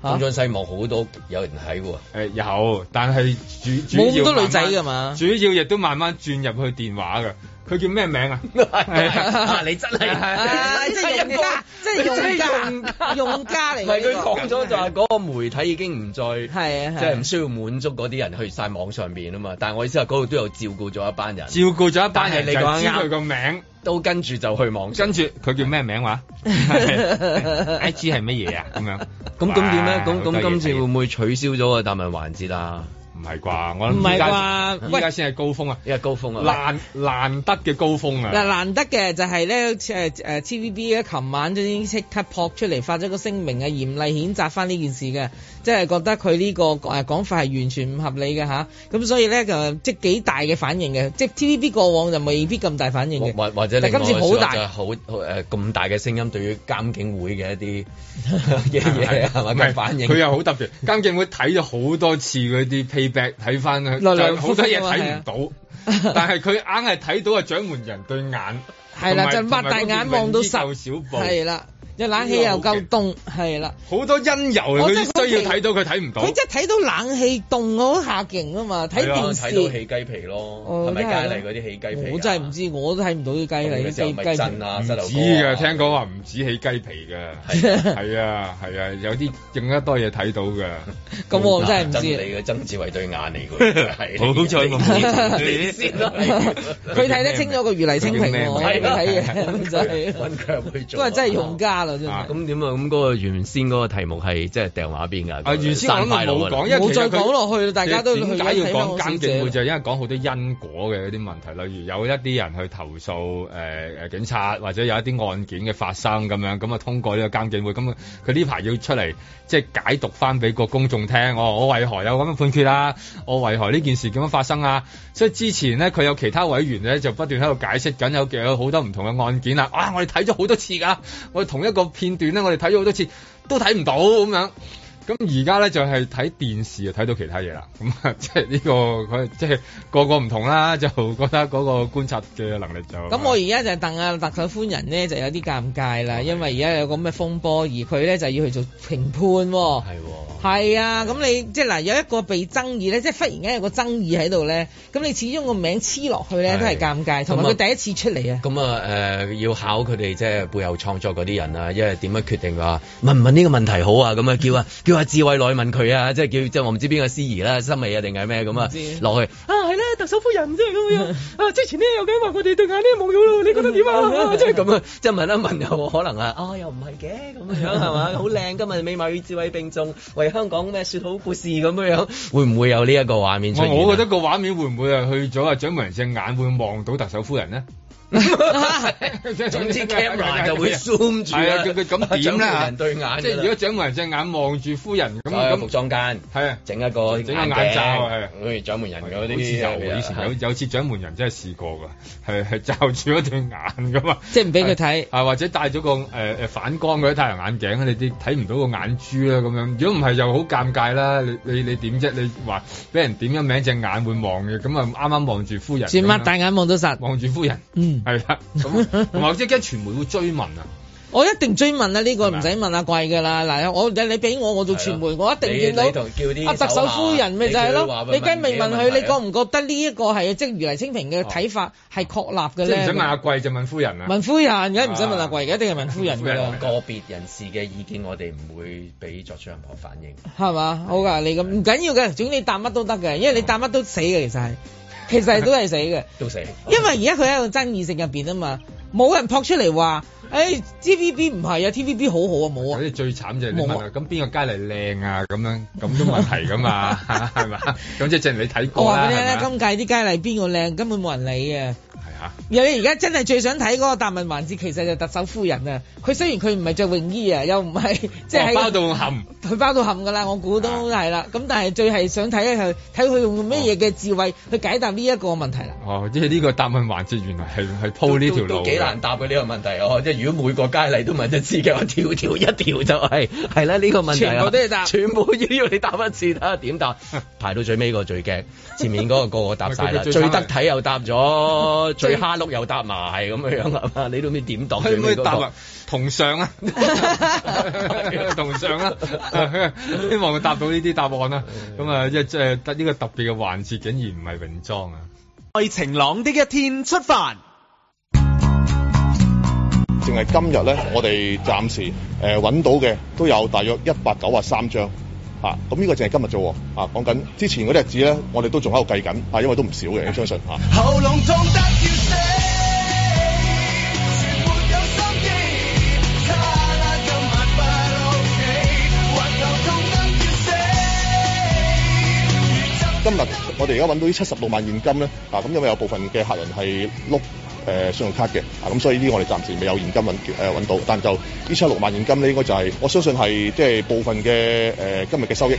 G: 東張西望好多有人睇喎。
H: 誒有，但係主主
G: 冇
H: 要
G: 咁多
H: 慢慢
G: 女仔㗎嘛
H: 主要亦都慢慢轉入去電話㗎。佢叫咩名 啊？
G: 啊你真係
E: 啊，即係用家，即係 用家，用家嚟
G: 唔係
E: 嘅
G: 佢
E: 啊呢個
G: 講咗就係嗰個媒體已經唔再
E: 係啊
G: 即係唔需要滿足嗰啲人去晒網上邊啊嘛。但係我意思係嗰度都有照顧咗一班人，
H: 照顧咗一班
G: 但係
H: 人
G: 你講
H: 就知佢
G: 啱
H: 個名，
G: 都跟住就去網上。
H: 跟住佢叫咩 名話？I G 係乜嘢啊？咁樣
G: 咁咁點咧？咁
H: 哇
G: 咁
H: 好得
G: 今
H: 意
G: 次會唔會取消咗個答問環節啊？
H: 唔係啩？我
E: 諗唔係而家啩
H: 依家先係高峰啊！
G: 依家高峰啊！
H: 難難得嘅高峰
E: 嗱
H: 啊！
E: 難得嘅就係呃咧，誒誒 TVB 咧，琴晚都已經即刻撲出嚟發咗個聲明啊，嚴厲譴責翻呢件事嘅，即係覺得佢呢個誒講法係完全唔合理嘅吓，咁所以咧就即係幾大嘅反應嘅，即係 TVB 過往就未必咁大反應嘅，
G: 或或者
E: 但
G: 另外
E: 今次好大
G: 就係好好誒咁大嘅聲音對於監警會嘅一啲 嘅嘢係咪
H: 唔係
G: 嘅反應？
H: 佢又好特別。監警會睇咗好多次嗰啲 payback，睇翻佢
E: 來來
H: 就好多嘢
E: 覆覆啊
H: 睇唔到，但係佢硬係睇到啊掌門人對眼，
E: 係啦，就
H: 同埋
E: 擘大眼望到實，
H: 小步，
E: 係啦，又冷氣又夠凍，係啦。
H: 好多因由啊
E: 我真係
H: 佢需
E: 好奇
H: 要睇到佢睇唔到。
E: 佢真係睇到冷氣凍嗰下勁啊嘛，睇
G: 係啊
E: 電
G: 睇到
E: 視
G: 起雞皮咯，
E: 哦
G: 係咪
E: 真係
G: 街嚟嗰啲起雞皮啊？
E: 我真係唔知，我都睇唔到啲雞嚟，啲
G: 嗰時候
E: 雞
G: 咪
E: 雞
G: 震啊，膝頭
H: 唔止
G: 哥
H: 嘅，
G: 啊
H: 聽講話唔止起雞皮嘅，係啊係啊，有啲更加多嘢睇到嘅。
E: 咁我真係唔知
G: 你嘅曾志偉對眼嚟嘅， 係
H: 好彩我冇
G: 你先啦。
E: 佢睇得清楚個魚泥清平喎，我睇
G: 係啊
E: 嘢真係
G: 揾佢入去做
E: 都係真係用家啦，真係。
G: 咁點啊？咁嗰個原先嗰個題目係即係掟話邊㗎？
H: 啊，原先我諗佢冇講，因為
E: 冇
H: 其實佢
E: 再講落去啦大家都去
H: 點解要
E: 睇翻
H: 講
E: 我小
H: 監
E: 姐
H: 警會就係因為講好多因果嘅嗰啲問題，例如有一啲人去投訴誒誒警察，或者有一啲案件嘅發生咁樣，咁啊通過呢個監警會，咁佢呢排要出嚟即係解讀翻俾個公眾聽，哦我我為何有咁嘅判決啊？我為何呢件事咁樣發生啊？所以之前咧，佢有其他委員咧就不斷喺度解釋緊，有有好多唔同嘅案件啊！啊，我哋睇咗好多次㗎，我哋同一個片段咧，我哋睇咗好多次都睇唔到咁樣。咁而家咧就係睇電視啊，睇到其他嘢啦。咁啊， 即係呢個佢即係個個唔同啦，就覺得嗰個觀察嘅能力就
E: 咁我而家就鄧啊特首夫人咧就有啲尷尬啦，因為而家有個咩風波，而佢咧就要去做評判喎。
G: 係喎。
E: 係啊，咁你即係嗱有一個被爭議咧，即係忽然間有個爭議喺度咧，咁你始終個名黐落去咧都係尷尬，同埋佢第一次出嚟啊。
G: 咁啊誒、要考佢哋即係背後創作嗰啲人啊，因為點樣決定話問唔問呢個問題好啊？咁啊 叫啊叫阿智慧來問佢啊，即係叫即係我唔知邊個司儀啦、心美啊定係咩 咁啊落去。
C: 啊，係咧，特首夫人即係 咁樣。啊，之前呢，有嘅話，我哋對眼呢冇咗
G: 哦
C: 咯，你覺得點啊？啊
G: 即
C: 即
G: 係
C: 係
G: 咁啊，即係問一問又可能啊，哦又唔係嘅咁樣係 嘛，好靚今日美貌與智慧並重，為香港咩説好故事咁樣，會唔會有呢一個畫面出現啊？
H: 我我覺得個畫面會唔會係去咗啊？掌門人隻眼會望到特首夫人咧？
G: 總之 camera 就 會 zoom 住
H: 係
G: 啦
H: 啊， 佢佢咁點
G: 掌
H: 咧
G: 門
H: 嚇
G: 人對眼㗎啦
H: 即係如果掌門人隻眼望住夫人咁
G: 咁咁
H: 咁
G: 服。裝間
H: 係啊，
G: 整一個
H: 整個眼罩係啊
G: 鏡好似掌門人嗰啲
H: 好似
E: 啊
H: 有喎，以前有有次掌門人真係試過㗎，係係罩住一對眼㗎嘛，
E: 即係唔俾佢睇，
H: 啊或者戴咗個誒誒、呃反光嗰啲太陽眼鏡，啊你啲睇唔到個眼珠啦咁樣，如果唔係又好尷尬啦，你你你點啫？你話俾人點咗名隻眼會望嘅，咁啊啱啱望住夫人咁
E: 轉
H: 樣，
E: 擘大眼望到實，
H: 望住夫 人，
E: 嗯，
H: 係啦，咁同埋即係驚傳媒會追問啊，
E: 我一定追問啦，啊呢個唔使問阿貴㗎啦。嗱，我你你俾我，我做傳媒，我一定見到
G: 你同叫啲
E: 阿特首夫人咪就係
G: 手下
E: 咯。你
G: 你叫佢話啊
E: 梗係未問
G: 問哦
E: 佢，你覺唔覺得呢一個係即係如黎清平嘅睇法係確立
H: 即
E: 嘅
H: 係唔
E: 咧
H: 使？問阿貴就問夫人啊，
E: 問夫人，梗係唔使問阿貴，一定係問夫人㗎啦，
G: 啊個別人士嘅意見，我哋唔會俾作出任何反應。
E: 係嘛？好㗎，你咁唔緊要嘅，總之你答乜都得嘅，
G: 哦
E: 因為你答乜都死嘅，其實係，其實係都係死嘅。
G: 都死。
E: 因為而家佢喺度爭議性入邊啊嘛，冇人撲出嚟話，誒 TVB 唔係啊，TVB 好好啊，冇啊。
H: 嗰啲最慘就係你問啊，咁邊個街嚟靚啊？咁樣咁都問題 噶嘛，係嘛？咁即係正如你睇
E: 我
H: 過
E: 話
H: 啦，
E: 俾你聽
H: 係
E: 咧，
H: 嘛？
E: 今屆啲佳麗邊個靚，根本冇人理嘅。
H: 係啊。
E: 而你而家真係最想睇嗰個答問環節，其實就係特首夫人啊！佢雖然佢唔係着泳衣啊，又唔 係即係
H: 哦包到冚，啊
E: 佢包到冚㗎啦，我估都係啦。咁但係最係想睇佢睇佢用咩嘢嘅智慧去解答呢一個問題啦。
H: 哦，即係呢個答案環節原來係係鋪呢條路
G: 都幾
H: 嘅
G: 難答嘅呢個問題哦，即係如果每個佳麗都問一次嘅話，條條一條就係係啦呢個問題啊
E: 全部都要答
G: 全部都要你答一次，睇下點 答，排到最尾個最驚，前面嗰個個個答晒啦，
H: 佢佢最
G: 最
H: 慘係
G: 得體又答 咗，最蝦碌又答埋咁樣樣係嘛？你都唔知點答
H: 可
G: 最
H: 唔可以
G: 尾嗰
H: 答
G: 個
H: 啊？同上啊， 同上啦， 希望佢答到呢啲答案啦。
G: 嗯
H: 咁啊，即係即係得呢個特別嘅環節，竟然唔係泳裝啊！
F: 在晴朗的一天出發。
M: 淨係今日咧，我哋暫時誒揾、到嘅都有大約一百九啊三張嚇，咁、呢個淨係今日啫喎啊！講緊之前嗰啲日子咧，我哋都仲喺度計緊啊，因為都唔少嘅，相信啊嚇。
I: 喉嚨痛得要死，
M: 今日我哋而家揾到呢七十六萬現金咧啊，咁因為有部分嘅客人係碌誒信用卡嘅啊，咁所以呢，我哋暫時未有現金揾誒揾到，但就呢七十六萬現金咧，應該就係、我相信係即係部分嘅誒、呃今日嘅收益。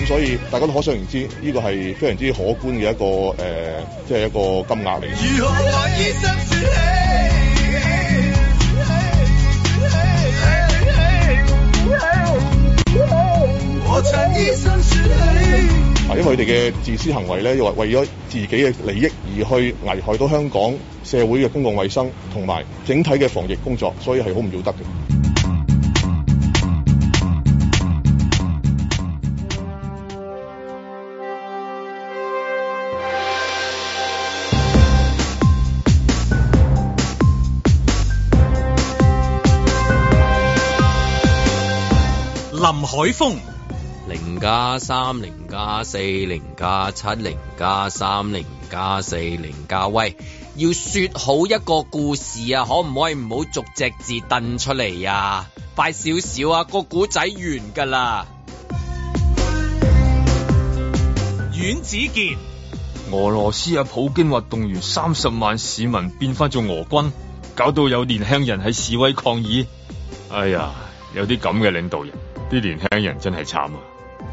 M: 咁所以大家都可想而知，呢、個係非常之可觀嘅一個誒，呃即、係、一個金額嚟。
I: 如何話醫生說起？我曾醫生說起。
M: 啊，因為佢哋嘅自私行為咧，又為為咗自己嘅利益而去危害到香港社會嘅公共衛生同埋整體嘅防疫工作，所以係好唔要得嘅。
A: 林海峰、
N: 零加三、零加四、零加七、零加三、零加四、零加喂，要說好一個故事啊！可唔可以唔好逐隻字掟出嚟啊？快少少啊！個古仔完㗎啦！
A: 阮子健、
D: 俄羅斯啊，普京話動員三十萬市民變翻做俄軍，搞到有年輕人喺示威抗議。哎呀，有啲咁嘅領導人，啲年輕人真係慘啊！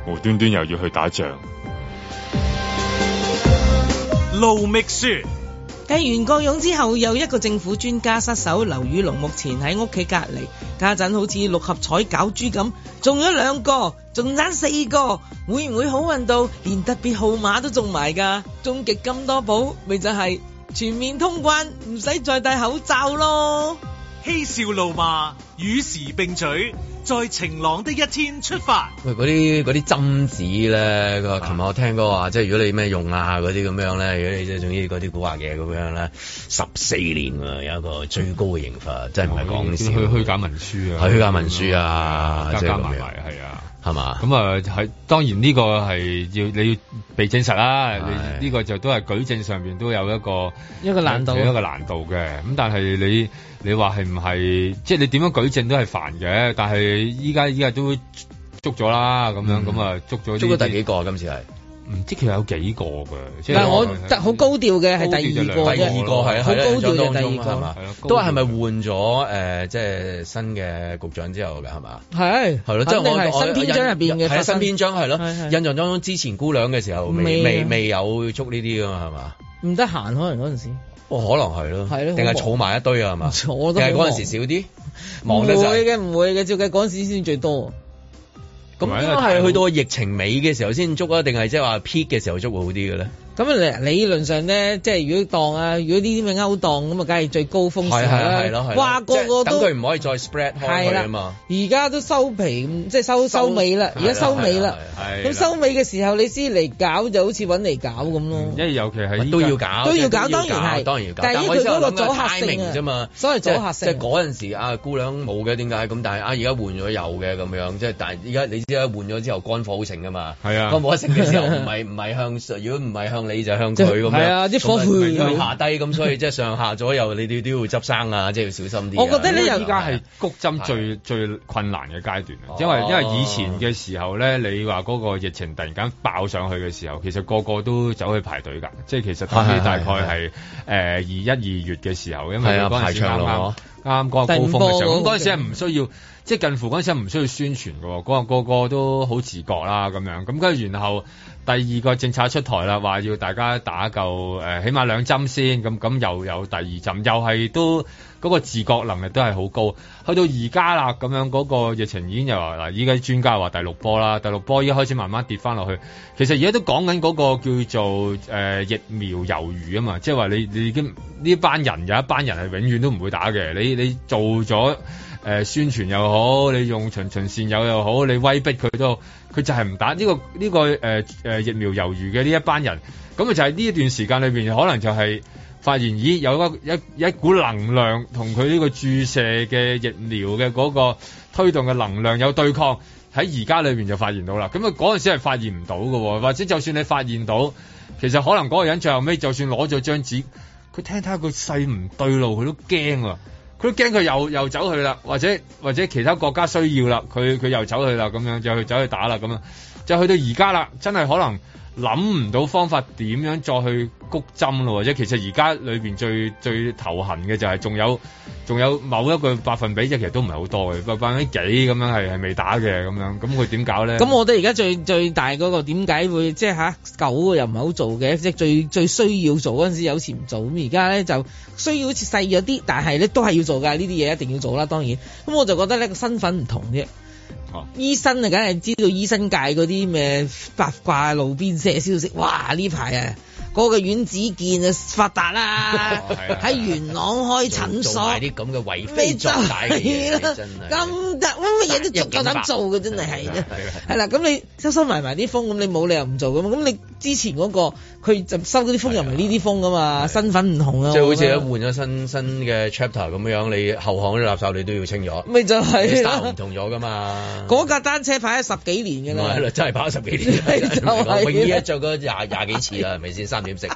D: 無端端又要去打仗。
A: 盧覓雪。
E: 繼袁國勇之後，有一個政府專家失手，劉宇龍目前喺屋企隔離，家陣好似六合彩攪珠咁，中咗兩個，仲爭四個，會唔會好運到連特別號碼都中埋㗎？中極咁多寶，咪就係、全面通關，唔使再戴口罩咯。
A: 嬉笑怒罵，與時並舉，在晴朗的一天出發。
G: 喂，嗰啲嗰啲針紙咧，佢話琴日我聽過話，即係如果你咩用啊嗰啲咁樣咧，如果你即係總之嗰啲古惑嘢咁樣咧，十四年喎有一個最高嘅刑罰，真係
H: 哦
G: 唔係講笑。
H: 虛虛假文書啊，嗯
G: 係虛假文書啊，
H: 加
G: 即係
H: 加
G: 咁
H: 埋
G: 樣
H: 埋係啊。
G: 係嘛？
H: 咁啊，係當然呢個係要你要被證實啦。
G: 係
H: 你呢個就都係舉證上面都有一個
E: 一個難度
H: 有一個難度嘅。咁但係你你話係唔係？即係你點樣舉證都係煩嘅。但係依家依家都捉咗啦，咁
E: 嗯
H: 樣咁啊捉咗
G: 捉咗第
H: 幾
G: 個今次係。
H: 唔知佢有幾個嘅，即係
E: 但係我得好高調嘅係第二個啫，
G: 第二個係
E: 好高調嘅
G: 當
E: 第
G: 中啊
E: 二
G: 係嘛
E: 個，？
G: 都係係咪換咗呃誒，即係新嘅局長之後嘅係嘛？
E: 係
G: 係咯，即係我我
E: 新篇章入邊嘅
G: 係
E: 發
G: 啊，新
E: 生
G: 篇章係咯。
E: 係係
G: 印象當中之前姑娘嘅時候未未
E: 未啊
G: 未有捉呢啲噶嘛係嘛？
E: 唔得閒可能嗰陣時。
G: 哦，可能係咯，
E: 係咯
G: 定係
E: 好忙
G: 儲埋一堆啊係 嘛？
E: 儲都
G: 定係
E: 好忙
G: 嗰陣時少啲，忙得
E: 唔會
G: 滯。
E: 嘅，唔會嘅，照計嗰陣時先最多。
G: 咁應該係去到疫情尾嘅時候先捉啊，定係即係話 peak 嘅時候捉會好啲嘅咧？
E: 咁啊理論上咧，即係如果當啊，如果呢啲咪勾當咁啊，梗係最高峰時
G: 係係
E: 啦。
G: 係咯係咯，
E: 哇，個個
G: 即係
E: 都
G: 等佢唔可以再 spread 開
E: 係
G: 佢
E: 啦
G: 啊嘛。
E: 而家都收皮，即係收收尾啦，而家收尾啦。
H: 係啦
E: 咁收尾嘅時候，你先嚟搞就好似揾嚟搞咁咯。
H: 因為尤其係
G: 都要嗯搞，
E: 都要搞
G: 即係
E: 當然係
G: 當然要搞。
E: 但係
G: 我
E: 佢
G: 意思係
E: 嗰個
G: 諗緊
E: 阻嚇性啊
G: timing 啫嘛，
E: 所謂阻嚇性
G: 即係嗰陣時啊，姑娘冇嘅點解咁？但係啊，而家換咗有嘅咁樣，即係但係而家你知啦，換咗之後肝火好盛噶嘛，
H: 係啊
G: 肝火盛 嘅時候唔係唔係向，如果唔係向你就向佢咁樣，
E: 係啊啲火
G: 咁咪
E: 苗
G: 咪下低咁，所以即係上下左右你哋都要執生啊，即係要小心啲啊。
E: 我覺得呢又
G: 依
H: 依
G: 家
H: 家係谷針最最困難嘅階段啊，因
G: 哦
H: 為因為以前嘅時候咧，你話嗰個疫情突然間爆上去嘅時候，其實個個都走去排隊㗎，即係其實等
G: 係係
H: 於
G: 係
H: 大概係誒二一二月嘅時候，因為
G: 係啊
H: 嗰陣時
G: 排
H: 啱
G: 長龍
H: 啱
G: 啊
H: 啱嗰個高峰嘅
G: 第
H: 時候，咁
G: 五波
H: 嗰陣時係唔需要，即係近乎嗰陣時係唔需要宣傳嘅喎，嗰個個個都好自覺啦咁樣，咁跟住然後。第二個政策出台啦，話要大家打夠誒、呃起碼兩針先，咁咁又有第二針，又係都嗰、個自覺能力都係好高。去到而家啦，咁樣嗰、個疫情已經又話嗱，依家啲專家話第六波啦，第六波已經開始慢慢跌翻落去。其實而家都講緊嗰個叫做誒、呃疫苗猶豫啊嘛，即係話你你已經呢班人有一班人係永遠都唔會打嘅，你你做咗。誒、宣傳又好，你用循循善誘又好，你威逼佢都好，佢就係唔打呢、個呢、個誒誒、呃疫苗猶豫嘅呢一班人，咁啊咪就係呢一段時間裏邊，可能就係發現咦有一一一股能量同佢呢個注射嘅疫苗嘅嗰個推動嘅能量有對抗，喺而家裏邊就發現到啦。咁啊嗰陣時係發現唔到嘅喎，或者就算你發現到，其實可能嗰個人最後尾就算攞咗張紙。佢聽睇下佢勢唔對路，佢都驚喎。佢都驚佢又又走去啦，或者或者其他國家需要啦，佢佢又走去啦，咁樣就去走去打啦，咁樣就去到而家啦，真係可能諗唔到方法點樣再去谷針咯，或者其實而家裏邊最最頭痕嘅就係仲有仲有某一個百分比，即係其實都唔係好多嘅，百百分之幾咁樣係係未打嘅咁樣，咁佢點搞咧？
E: 咁我覺得而家最最大嗰個點解會即係吓狗又唔係好做嘅，即係最最需要做嗰陣時有時唔做，咁而家咧就需要好似細咗啲，但係咧都係要做㗎，呢啲嘢一定要做啦，當然。咁我就覺得呢個身份唔同啫。
G: 哦
E: 醫生啊，梗係知道醫生界嗰啲咩八卦路邊社消息，哇！呢排啊，嗰、個阮子健啊發達啦
G: 哦係啊，
E: 喺元朗開診
G: 做
E: 所
G: 埋。啲咁嘅為非
E: 你
G: 作
E: 就
G: 歹嘅嘢，你真係。
E: 咁得，乜乜嘢都足夠膽做嘅，真係
G: 啊
E: 係。係啦，咁你收收埋埋啲風，咁你冇理由唔做噶嘛。咁你之前嗰、個佢就收嗰啲風，又唔係呢啲風噶嘛，身份唔同啊。
G: 即係好
E: 我覺
G: 似
E: 得
G: 換咗新新嘅 chapter 咁樣，你後巷啲垃圾你都要清咗，
E: 咪就係
G: 你
E: 啦
G: style 唔同咗噶嘛。
E: 嗰架單車擺咗十幾年㗎
G: 我
E: 啦
G: 喺。度啊真係跑咗十幾 年，
E: 係就係啦
G: 我泳衣一着咗廿廿幾次啦，係咪先？三點食，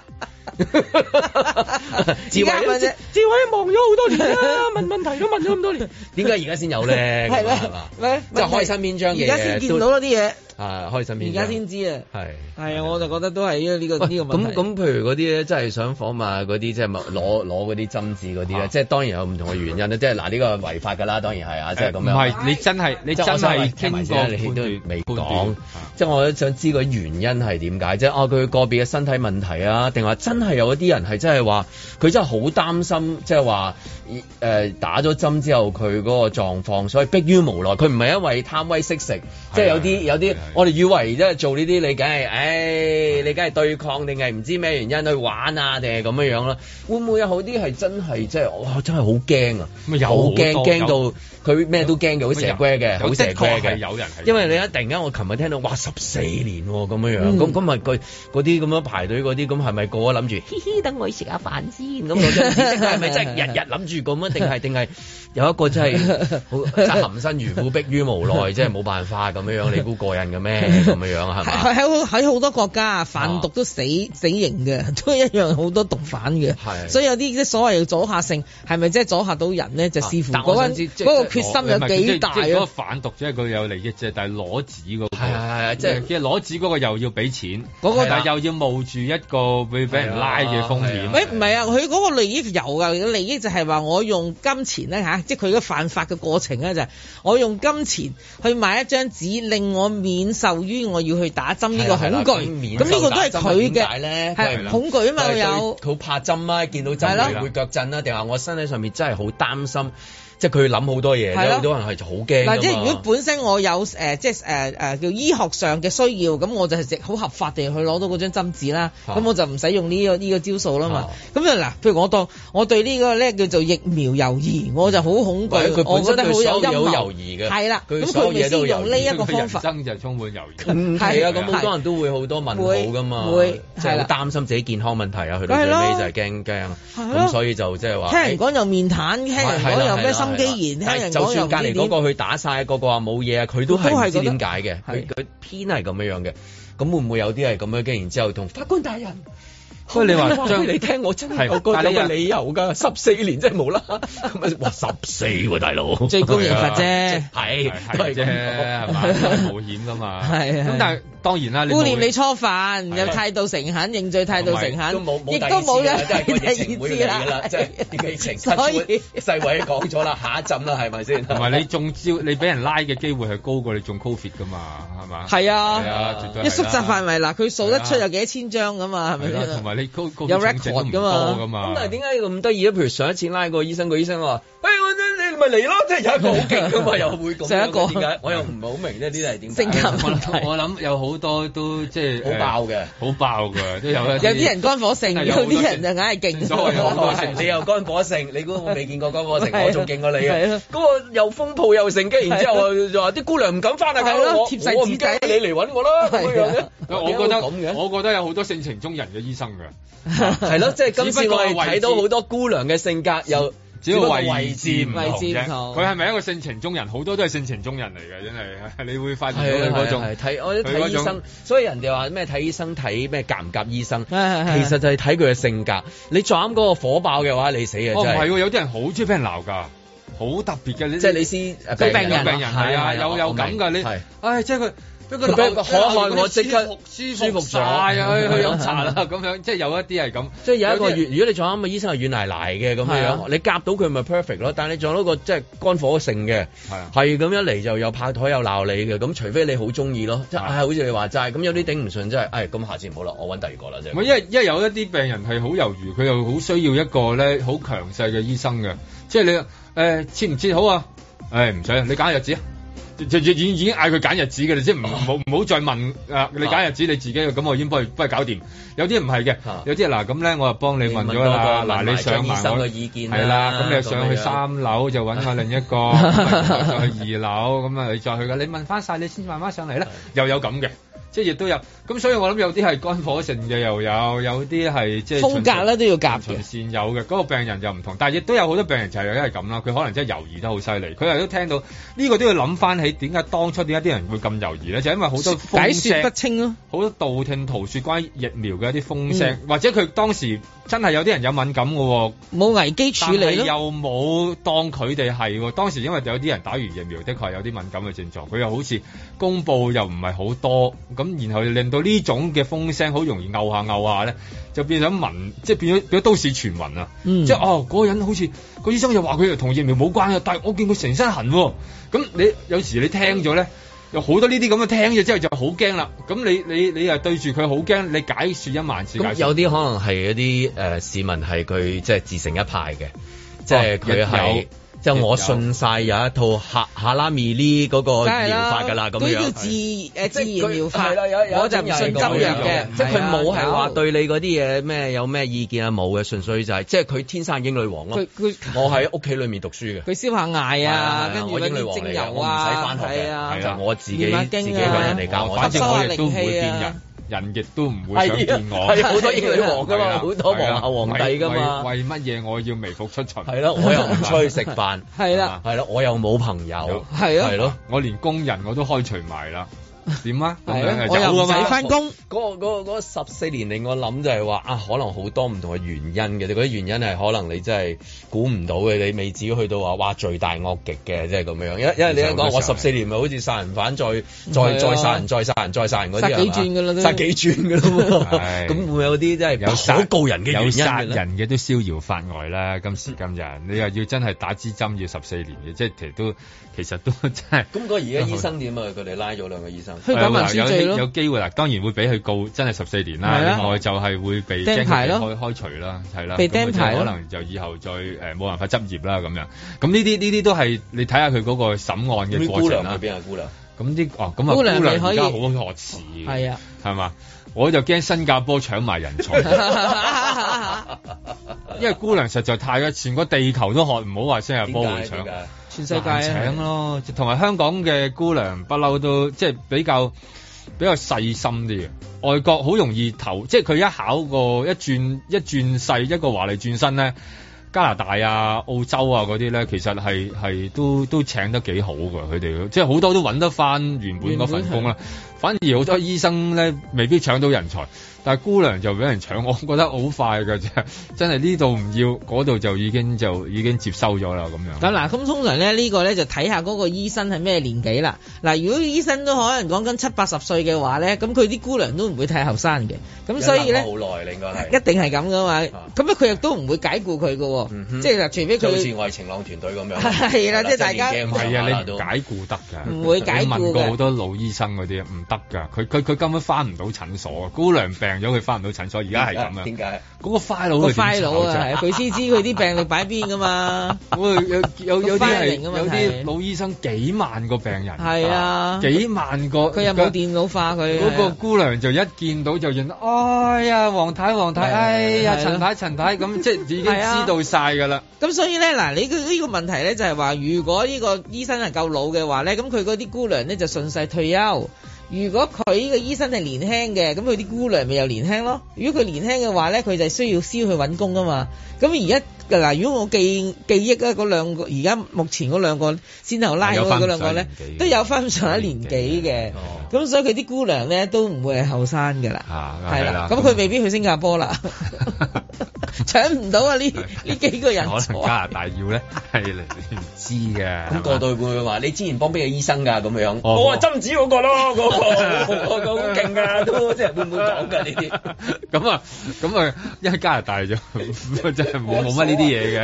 G: 智慧
C: 慧
G: 啊
C: 啫，智慧望咗好多年 啦，問問題都問咗咁多年。
G: 點解而家先有咧？
E: 係啦
G: 咁啊係嘛
E: 喂
G: 即係開身邊張嘢
E: 而家先見到咯啲嘢，
G: 都啊，開身邊
E: 而
G: 張
E: 家先知啊。
G: 係。
E: 係啊，我就覺得都係呢個呢個問
G: 咁
E: 題。
G: 咁，譬如嗰啲咧，真係想訪問下嗰啲，即係攞攞嗰啲針紙嗰啲
E: 啊
G: 咧，即係當然有唔同嘅原因啦。即係嗱，呢個違法㗎啦，當然係啊，即係咁樣。
H: 唔係你真係你
G: 即
H: 真
G: 係我想
H: 係
G: 聽埋先
H: 經過
G: 啦你都未
H: 判
G: 講
H: 斷，
G: 即係我都想知個原因係點解，即係哦佢個別嘅身體問題啊，定話真係有一啲人係真係話佢真係好擔心，即係話誒打咗針之後佢嗰個狀況，所以迫於無奈，佢唔係因為貪威識食，
H: 啊
G: 即係有啲有啲我哋以為即係做呢啲你梗係，唉你梗係對抗定係唔知咩原因去玩啊，定係咁樣樣啦，會唔會有好啲係真係即係哇真係好驚啊，
H: 咪有
G: 好
H: 好多
G: 驚驚
H: 有
G: 到佢咩都驚嘅，好蛇龜嘅，
H: 有
G: 好蛇
H: 的確
G: 龜
H: 係
G: 嘅，
H: 有人係嗯
G: 因為你啊一突然間，我琴日聽到哇十四年喎咁樣樣，咁咁咪佢嗰啲咁樣排隊嗰啲，咁係咪個個諗住嘻嘻等我去食下飯先咁樣？ 係咪 真係日日諗住咁啊？定係定係有一個真係 好即係含辛茹苦，迫於無奈，即係冇辦法咁樣樣，你估過癮嘅 咩？咁樣樣係嘛？
E: 喺喺喺好多國
H: 啊
E: 家，啊販毒都死死刑嘅， 都一樣好多毒販嘅。
G: 係
E: 所以有啲即係所謂嘅阻嚇性，係咪即係阻嚇到人咧？就視乎
H: 啊但我
E: 嗰個
H: 想知
E: 嗰
H: 即
E: 個
H: 即
E: 決心
H: 攞
E: 有幾大
H: 唔係即即嗰個
E: 啊！
H: 販毒即係佢有利益啫，但係攞紙嗰個
G: 係係係即係
H: 即係攞紙嗰個又要俾錢，
E: 嗰個
H: 但係又要冒住一個會俾人拉嘅風險。
E: 喂，唔係啊，佢嗰個利益有噶，佢利益就係話我用金錢咧吓，即係佢嘅犯法嘅過程咧就係我用金錢去買一張紙，令我免受於我要去打針呢個
H: 啊
E: 恐懼。咁呢個都係佢
G: 點解
E: 嘅
G: 咧，
E: 係恐懼啊嘛，佢有
G: 佢怕針啊，見到
E: 係
G: 針
E: 咯
G: 啊會腳震啦，定話我身體上面真係好擔心。即係佢諗好多嘢，
E: 係咯
G: 有好多人係好驚㗎嘛
E: 嗱，即係如果本身我有誒、呃即係誒誒叫醫學上嘅需要，咁我就係直好合法地去攞到嗰張針紙啦。
G: 啊
E: 咁、我就唔使用呢、個呢、個招數啦嘛。咁啊就嗱，譬如我當我對呢個咧叫做疫苗猶疑，我就好恐
G: 或者
E: 懼，
G: 佢
E: 我
G: 本
E: 覺
G: 身
E: 得好
G: 對所有嘢
E: 有陰
G: 好
E: 謀
G: 猶豫嘅，
E: 係啦，咁
G: 佢
E: 佢
G: 所有
E: 咪
G: 嘢
E: 先
G: 都好
E: 用呢一個
H: 佢人
E: 方法。嗯
H: 生就充滿猶豫。
G: 唔係啊，
H: 係
G: 咁好多人都會好多問號噶嘛，
E: 會
G: 即係
E: 係
G: 好
E: 啦
G: 擔心自己健康問題啊，去到
E: 梗係
G: 最
E: 啦
G: 尾就係驚驚，
E: 係咯
G: 咁所以就即係話。哎
E: 聽人講又面癱，聽人
G: 係啦
E: 講又
G: 係啦
E: 咩心肌炎，
G: 係
E: 聽
G: 啦
E: 人
G: 但係
E: 講
G: 就算
E: 又唔
G: 隔
E: 知
G: 離
E: 點
G: 嗰個去打晒，嗰個話冇嘢啊，佢都係
E: 都係
G: 唔知
E: 覺得
G: 點解嘅，佢
E: 係
G: 佢偏係咁樣樣嘅。咁會唔會有啲係咁樣跟然之後同法官大人？
H: 喂 你話
G: 我
H: 將
G: 俾你聽，我真係有個
H: 係
G: 有
H: 但係你
G: 個
H: 又
G: 理由㗎，十四年真係冇啦。咁啊哇，十四喎大佬，
E: 啊 最高刑罰啫
G: 係
H: 啊係
G: 都係咁
H: 啫，係嘛？因為冒險噶嘛。
E: 係啊
H: 咁但係當然啦，你
E: 顧
H: 冇
E: 念你初犯，有態度誠懇，認罪態度誠懇，亦都冇
G: 啦，
E: 有
G: 真係個疫情唔會
E: 第
G: 嚟
E: 二
G: 㗎 啦，即
E: 次
G: 係
E: 啦。
G: 疫情失
E: 所以
G: 世衞講咗啦，下一陣啦，係咪先？
H: 同埋你中招，你俾人拉嘅機會係高過你中 Covid 噶嘛，係嘛？
E: 係啊
H: 係啊，絕對係
E: 一
H: 啦
E: 縮窄範圍嗱，佢數得出
H: 係啊
E: 有幾多千張噶嘛，係咪
H: 係啦，同
E: 先？啊
H: 埋你高高
E: 有
H: 重症
E: record 㗎
H: 都唔
E: 嘛
H: 多㗎嘛
G: 咁。但係點解咁得意咧？譬如上一次拉個醫生，個醫生話：， 喂，哎我你咪嚟咯，即係有一個好勁 噶嘛，又會咁樣嘅。
E: 上一個
G: 點解？我又唔係好明呢啲係點解。
E: 性格
H: 我
E: 問
H: 諗
E: 題，
H: 我諗有好多都即係
G: 好爆嘅，
H: 好爆嘅，都有一
E: 有啲人肝火盛，
H: 係
E: 有
H: 有好多
E: 啲人就硬係勁。
H: 所謂有好多性
G: 你又肝火盛，你估我未見過肝 火盛，
E: 係啊
G: 我仲勁過你
E: 係
G: 啊
E: 啊！
G: 嗰個又風暴又盛，跟住然之後就話啲姑娘唔敢翻啊，搞
E: 係
G: 到
E: 咯
G: 我
E: 貼晒
G: 我唔
E: 紙
G: 驚
E: 仔
G: 你嚟揾我啦咁樣
E: 係
G: 嘅
E: 啊。
H: 我覺得
G: 點解會咁嘅
H: 我覺得有好多性情中人嘅醫生㗎。
G: 係咯，即係今次
H: 只不
G: 我
H: 過係
G: 哋
H: 位置
G: 睇到好多姑娘嘅性格又
H: 只要
G: 不過
H: 位置唔同
E: 位置唔
H: 啫，
E: 同
H: 佢係咪一個性情中人？好多都係性情中人嚟嘅，真係你會發現
G: 係
H: 到
G: 啊
H: 佢嗰種
G: 係啊係啊睇我都
H: 佢
G: 睇
H: 嗰
G: 醫
H: 種
G: 生，所以人哋話咩睇醫生睇咩夾唔夾醫生，其
E: 係係
G: 實就係睇佢嘅性格。你撞啱嗰個火爆嘅話，你死啊真
H: 哦，唔係
G: 係！
H: 喎，有啲人好中意俾人鬧㗎，好特別嘅呢啲。
G: 即係你先
H: 有
G: 病
H: 病人，
G: 人
H: 有病人係啊，有有咁㗎，
G: 係
H: 你唉，即係佢。不過
G: 佢俾個可愛我即刻
H: 舒
G: 舒服
H: 服
G: 咗
H: 晒啊！去去飲茶啦，咁樣即係有一啲係咁，
G: 即係有一個
H: 啲人
G: 如果你撞啱嘅醫生係軟奶奶嘅咁
H: 係
G: 樣
H: 啊
G: 樣，你夾到佢咪 perfect 咯。但係你撞到個即係肝火盛嘅，
H: 係啊，
G: 係咁一嚟就又拍台又鬧你嘅，咁除非你好中意咯，即係
H: 係
G: 唉好似你話齋，咁有啲頂唔順真係，唉咁下次唔好啦，我揾第二個啦即係
H: 唔係，因為因為有一啲病人係好猶豫，佢又好需要一個咧好強勢嘅醫生嘅，即係你誒、切唔切好啊？誒唔使啊，你揀日子啊！就已已已經嗌佢揀日子嘅啦，即係唔好唔好再問啊！你揀日子你自己咁，我已經幫佢幫佢搞掂。有啲唔係嘅
G: 啊，
H: 有啲嗱咁咧，我就幫你問咗啦。
G: 你問多個
H: 嗱，
G: 問埋
H: 你上
G: 張醫
H: 埋
G: 生
H: 我
G: 嘅意見啦
H: 係啦，咁你上去
G: 咁樣啊
H: 三樓就揾下另一個，咁啊就去二樓咁啊，你再去嘅。你問翻晒，你先慢慢上嚟啦。又有咁嘅，即係亦都有。咁所以我諗有啲係肝火盛嘅又有，有啲係即係
E: 風格咧都要夾
H: 循
E: 嘅。
H: 線有嘅，嗰、個病人又唔同，但係亦都有好多病人就係因為咁啦，佢可能真係猶豫得好犀利，佢又都聽到呢、個都要諗翻起點解當初點解啲人會咁猶豫咧，就係因為好
E: 解
H: 多風
E: 説不
H: 聲，
E: 清咯，嗯
H: 好多道聽途説關於疫苗嘅一啲風聲，或者佢當時真係有啲人有敏感嘅喎。
E: 冇危機處理
H: 但係
E: 咯。
H: 又冇當佢哋係喎。當時因為有啲人打完疫苗，的確係有啲敏感嘅症狀，佢又好似公佈又唔係好多，咁然後令到呢種嘅風聲好容易拗下拗下咧，就變咗民，即係變咗變咗都市傳聞啊！
E: 嗯
H: 即係哦，嗰、個人好似個醫生又話佢又同疫苗冇關啊嘅，但係我見佢成身痕喎。咁你有時你聽咗咧。有好多呢啲咁嘅聽咗之後就好驚啦，咁你你你又對住佢好驚，你解説一萬次解
G: 咁
H: 説
G: 有啲可能係一啲誒、呃市民係佢即係自成一派嘅，即係佢
H: 亦有
G: 係即係
H: 亦有
G: 我信晒有一套哈哈拉米呢嗰個
E: 梗
G: 療
E: 係啦，
G: 法㗎啦咁
E: 嗰啲叫
G: 樣。
E: 自誒自
G: 係
E: 然療法
G: 係啦有，有
E: 我就唔信
G: 有
E: 針藥嘅，
G: 即係佢
E: 係啊
G: 冇係話
E: 有
G: 對你嗰啲嘢咩有咩意見啊冇嘅，純粹就係即係佢天生英女王咯
E: 佢。佢
G: 我喺屋企裏面讀書嘅。
E: 佢燒下艾啊，跟住
G: 我
E: 嗰
G: 英女
E: 啲
G: 王嚟
E: 精
G: 嘅，
E: 油
G: 我唔使
E: 啊，
G: 翻學
E: 係啊
G: 嘅，，就我自己
E: 練下
G: 自
E: 經
G: 己
E: 啊
G: 揾人嚟教我。
H: 反正我亦
E: 吸
H: 都
E: 收
H: 唔
E: 下靈
H: 會
E: 氣
G: ờ,
H: 變人
E: 啊，
H: 人亦都唔會想見我。
G: 係啊係好多英女王㗎嘛
H: 係啊
G: 好多皇后皇帝㗎嘛
H: 係啊為為乜嘢我要微服出巡？
G: 係咯，我又唔出去食飯，
E: 係啦。
G: 係咯，我又冇朋友，
H: Dạ.
E: 係啊
G: 係咯。
H: 我連工人我都開除埋啦。點啊？咁
E: 係
H: 樣
E: 啊
H: 係
E: 我又
H: 走
E: 唔
H: 㗎嘛
E: 使翻工，
G: 嗰、個嗰、個嗰十四年令我諗就係話啊，可能好多唔同嘅原因嘅，嗰啲原因係可能你真係估唔到嘅，你未至於去到話哇罪大惡極嘅，即係咁樣。因因為你一講我十四年咪好似殺人犯再再再殺人再殺人再殺人嗰啲
E: 殺幾轉㗎啦都
G: 殺幾轉㗎咯喎，
H: 係
G: 咁會有啲真
H: 有殺
G: 係可告人嘅原因
H: 有殺
G: 㗎啦。
H: 人嘅都逍遙法外啦。今時今日，你又要真係打支針要十四年嘅，即係其實都其實都真係。
G: 咁嗰個而家醫生點啊？佢哋拉咗兩個醫生。心。
E: 虛假民主罪
H: 有
E: 咯
H: 有機會啦，當然會俾佢告，真係十四年啦。
E: 係啊
H: 另外就係會被
E: 釘牌咯
H: 驚佢開開除啦，係啦，
E: 被
H: 咁佢
E: 釘
H: 就
E: 牌咯
H: 可能就以後再誒冇辦法執業啦咁樣。咁呢啲呢啲都係你睇下佢嗰個審案嘅
G: 咁
H: 過
G: 姑
H: 程
G: 娘
H: 啦
G: 去。邊啊？姑娘
H: 咁啲哦，咁啊
E: 姑娘
H: 姑娘
E: 你可
H: 而
E: 以
H: 家好渴詞，
E: 係啊，
H: 係嘛？我就驚新加坡搶 埋
G: 啊
H: 人才， 因為姑娘實在太咗，全個地球都渴，唔好話新加坡會搶。
E: 全世界啊
H: 難請咯，同埋香港嘅姑娘不嬲都即係比較比較細心啲嘅。外國好容易投，即係佢一考個一轉一轉勢一個華麗轉身咧，加拿大啊、澳洲啊嗰啲咧，其實係係都都請得幾好㗎，佢哋即係好多都揾得翻原本嗰份工啦。反而好多醫生咧，未必搶到人才，但係姑娘就俾人搶， 我覺得好快㗎啫，真係呢度唔要，嗰度就已經就已經接收咗啦咁樣。
E: 咁嗱，咁通常咧呢個咧就睇下嗰個醫生係咩年紀啦。嗱，如果醫生都可能講緊七八十歲嘅話咧，咁佢啲姑娘都唔會太後生嘅。咁所以咧，
G: 忍耐好耐你應該係
E: 一定係咁噶嘛。咁啊，佢亦都唔會解僱佢嘅喎，即係嗱，除非
G: 嗯就好似
E: 佢
G: 我係晴朗團隊咁樣，
E: 係啊啦即係大家
G: 年紀
H: 唔
G: 咁上
H: 係
G: 下
H: 啊，
G: 啦
H: 你
G: 都
H: 唔解僱得㗎，
E: 唔會解僱㗎
H: 你問過好多老醫生嗰啲唔得㗎，佢佢佢根本翻唔到診所啊！姑娘病咗，佢翻唔到診所，而家係咁樣。
G: 點解？
H: 嗰個 file
E: 個
H: 佢點
E: file
H: 炒
E: 啊，係
H: 啫
E: 啊佢 先知佢啲病歷擺邊噶嘛。
H: 喂，有有有啲係
E: filing 嘅問
H: 有
E: 題
H: 啲老醫生幾萬個病人，
E: 係啊
H: 幾萬個。
E: 佢又冇電啊腦化佢。
H: 嗰個姑娘就一見到就認得，哎呀，黃太黃太，
E: 係啊
H: 哎呀，
E: 係啊
H: 陳太陳太，咁即係 已經
E: 係啊
H: 知道晒㗎啦。
E: 咁所以咧，嗱，你個呢個問題咧就係話，如果呢個醫生係夠老嘅話咧，咁佢嗰啲姑娘咧就順勢退休。如果佢呢個醫生係年輕嘅，咁佢啲姑娘咪又年輕咯。如果佢年輕嘅話咧，佢就需要先去揾工啊嘛。咁而家嗱，如果我記記憶咧，嗰兩個而家目前嗰兩個先後拉咗嗰兩個咧，都有翻咁上一年紀嘅。
G: 哦
E: 咁所以佢啲姑娘咧都唔會係後生㗎
G: 啊
E: 啦，係
H: 係啦
E: 啦。咁佢未必去新加坡 啦，搶唔到啊！呢呢幾個人
H: 可
E: 才
H: 能加拿大要咧，係你唔知嘅。
G: 咁過到去會唔會話你之前幫邊個醫生㗎咁樣？
H: 哦
G: 我話針子嗰個咯，嗰個嗰個好勁㗎，都即係會唔會講㗎呢啲？
H: 咁啊，咁啊，因為加拿大就 真係冇冇乜呢啲嘢嘅，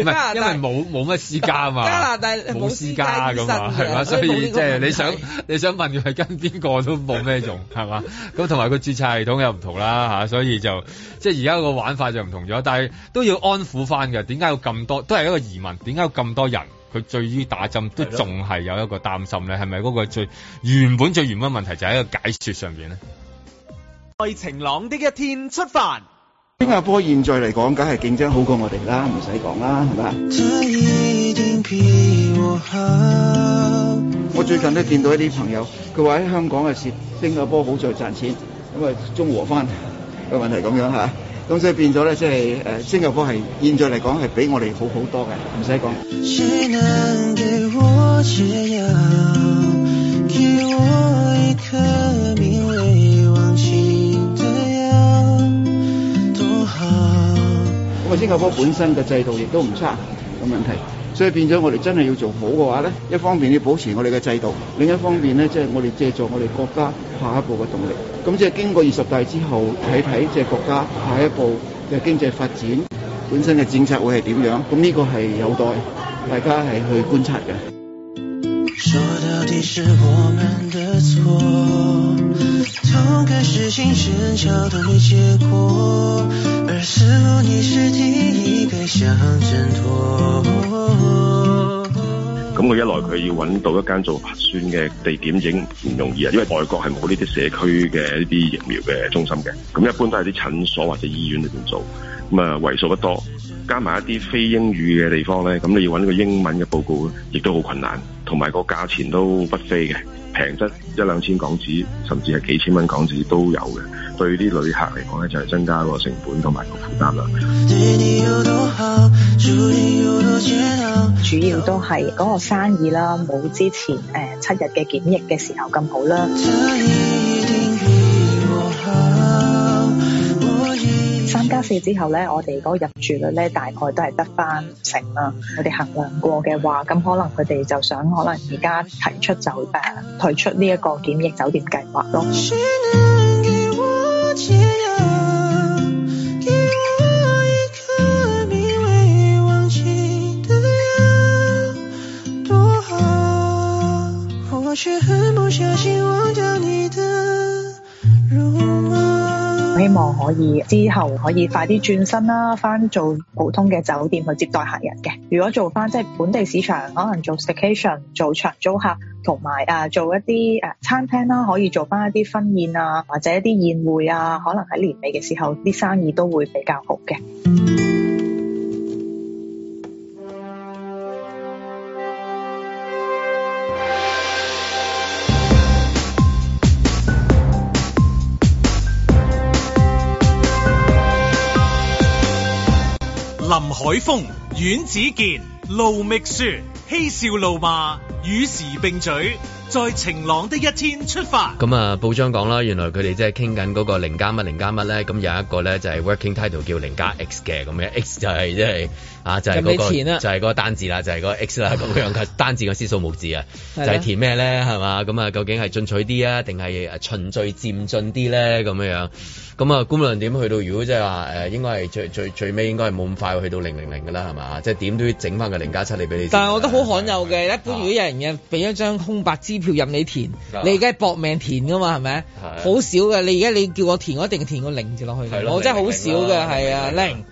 H: 唔
E: 加拿大
H: 係因為冇冇乜私家啊嘛，
E: 加拿大
H: 冇
E: 冇
H: 私
E: 私
H: 家
E: 家
H: 噶
E: 醫
H: 嘛，
E: 生嘅
H: 係嘛，
E: 所
H: 所
E: 以冇
H: 以
E: 呢
H: 即
E: 個
H: 係
E: 問題
H: 你想你想問佢係跟邊個都冇咩用，係嘛？咁同埋個註冊系統又唔同啦嚇，所以就即係而家個玩法就唔同咗，但係都要安撫翻嘅。點解有咁多？都係一個疑問，點解有咁多人？佢對於打針都仲係有一個擔心咧，係咪嗰個最原本最原本問題就喺個解説上邊咧？
F: 在晴朗的一天出發。
O: 新加坡現在嚟講，梗係競爭好過我哋啦，唔使講啦，係咪？我最近都見到一啲朋友，佢話喺香港嘅蝕，新加坡好在賺錢，咁啊中和翻個問題咁樣嚇，咁所以變咗咧，即係誒新加坡係現在嚟講係比我哋好好多嘅，唔使講。
I: 谁能给我解药？给我一颗名为忘情的药，多好。
O: 咁啊，新加坡本身嘅制度亦都唔差個問題，所以變咗我哋真係要做好嘅話咧，一方面要保持我哋嘅制度，另一方面咧即係我哋借助我哋國家下一步嘅動力。咁即係經過二十大之後，睇睇即係國家下一步嘅經濟發展本身嘅政策會係點樣。咁呢個係有待大家係去觀察嘅。
I: 说到底是我们的错，同个事情争吵同没结果，而似乎你是第一个想挣脱。
P: 咁佢一來佢要揾到一間做核酸嘅地點已經唔容易啊，因為外國係冇呢啲社區嘅呢啲疫苗嘅中心嘅，咁一般都係啲診所或者醫院裏邊做，咁啊為數不多，加埋一啲非英語嘅地方咧，咁你要揾個英文嘅報告呢亦都好困難，同埋個價錢都不菲嘅，平則一兩千港紙，甚至係幾千蚊港紙都有嘅，對啲旅客嚟講咧就係增加個成本同埋個負擔啦。
I: 對你有多好，注定有多煎熬。
Q: 主要都係嗰個生意啦，冇之前誒、呃七日嘅檢疫嘅時候咁好啦。三加四之後咧，我哋嗰個入住率咧大概都係得翻五成啦。我哋衡量過嘅話，咁可能佢哋就想可能而家提出就誒、呃退出呢一個檢疫酒店計劃咯。
I: 我却很不小心忘掉你的容貌。
Q: 希望可以之後可以快啲轉身啦，翻做普通嘅酒店去接待客人嘅。如果做翻即係本地市場，可能做 station 做長租客，同埋啊做一啲誒、啊餐廳啦，可以做翻一啲婚宴啊，或者一啲宴會啊，可能喺年尾嘅時候啲生意都會比較好嘅。
A: 林海峰、阮子健、盧覓雪，嬉笑怒罵，與時並舉，在晴朗的一天出發。
G: 咁啊，報章講啦，原來佢哋即係傾緊嗰個零加乜零加乜咧，咁有一個咧就係 working title 叫零加 X 嘅，咁樣 X 就係即係啊，就係嗰
E: 人哋
G: 個
E: 填啦
G: 就係嗰個單字啦，就係嗰個 X 啦，咁樣嘅單字嘅思數目字啊，就
E: 係啦
G: 係填咩咧係嘛？咁啊，究竟係進取啲啊，定係循序漸進啲咧咁樣樣？咁啊，觀論點去到，如果即係話誒，應該係最最最尾應該係冇咁快去到零零零㗎啦，係嘛？即係點都要整翻個零加七嚟俾你先。
E: 但係我覺得好罕有嘅，一般如果有人嘅俾一張空白支票任你填，
G: 啊
E: 你而家係搏命填噶嘛，係咪？好少嘅，你而家你叫我填，我一定填個零字落去
G: 係
E: 嘅，
G: 咯
E: 我真係好少
G: 零零零
E: 嘅，
G: 啦
E: 係啊，
G: 零零
E: 零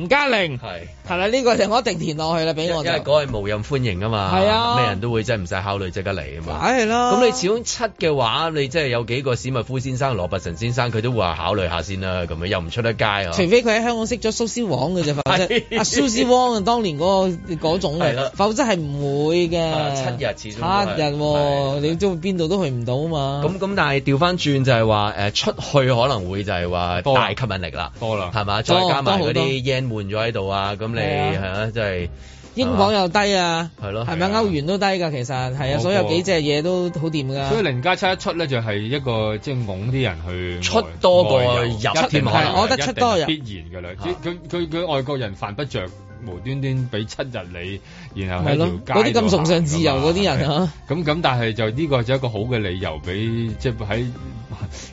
E: 零加零，
G: 係
E: 係啦，呢個就我一定填落去啦，俾
G: 因
E: 我就
G: 為。嗰係無任歡迎啊嘛，
E: 係啊
G: 咩人都會真係唔使考慮即刻嚟啊嘛。
E: 梗係啦
G: 咁你始終七嘅話，你即係有幾個史密夫先生、羅拔臣先生，佢都會話考慮下先啦。咁樣又唔出得街啊。
E: 除非佢喺香港識咗蘇斯王嘅啫，否則
G: 係
E: 阿蘇斯王啊，當年嗰、個嗰種
G: 係
E: 嘅
G: 啦，啊
E: 否則係唔會嘅。
G: 七日始終都係
E: 七日喎，你都邊度都去唔到啊嘛。
G: 咁咁，但係調翻轉就係話誒出去可能會就係話大吸引力啦，
H: 多啦，
G: 係嘛？
E: 多
G: 再加埋嗰
E: 多好多
G: 啲 yen 換咗喺度啊，咁你
E: 係
G: 係
E: 啊
G: 啊，即係
E: 英鎊又低啊，
G: 係咯
E: 係咪歐元都低㗎？其實係
H: 嗰
E: 啊，
H: 個
E: 所有幾隻嘢都好掂㗎。
H: 所以零加七一出咧，就係一個即係拱啲人去
G: 出
H: 外
G: 多過
H: 外遊
G: 入
H: 一
G: 添
H: 定
G: 可能
H: 係
E: 我覺得出多入
H: 一定必然㗎啦。即佢佢佢外國人犯不着無端端俾七日你，然後喺
E: 係咯
H: 條街
E: 嗰啲咁
H: 度
E: 崇尚
H: 行㗎
E: 自由
H: 嘛
E: 嗰啲人
H: 係
E: 啊
H: 咁咁，但係就呢個就一個好嘅理由俾即係喺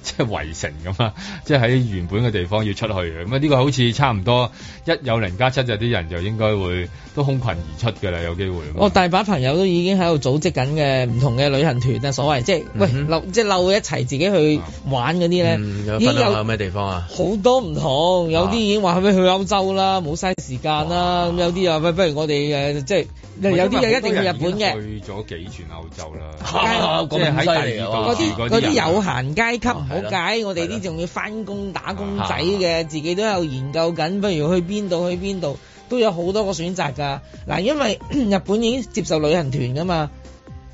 H: 即係圍城咁啊，即係喺原本嘅地方要出去嘅。咁啊，呢個好似差唔多一有零加七就啲人就應該會都空群而出㗎啦，有機會。
E: 我大把朋友都已經喺度組織緊嘅唔同嘅旅行團啊，所謂即係喂漏即係漏一齊自己去玩嗰啲咧
G: 嗯，有，
E: 已
G: 分
E: 經
G: 享下有
E: 有
G: 咩地方啊？
E: 好多唔同，有啲已經話可唔可以去歐洲啦，冇嘥時間啦，咁有啲啊喂，不如我哋誒即係有啲嘢一定要日本嘅。
H: 去咗幾轉歐洲 啦，
E: 啊
H: 即係喺第二
E: 嗰
H: 度啊
E: 啲
H: 住
E: 嗰啲
H: 人
E: 有閒階級唔
H: 係
E: 好
H: 啦
E: 解，我哋呢仲要翻工打工仔嘅，自己都有研究緊，不如去邊度去邊度，都有好多個選擇㗎。嗱，因為 日本已經接受旅行團㗎嘛。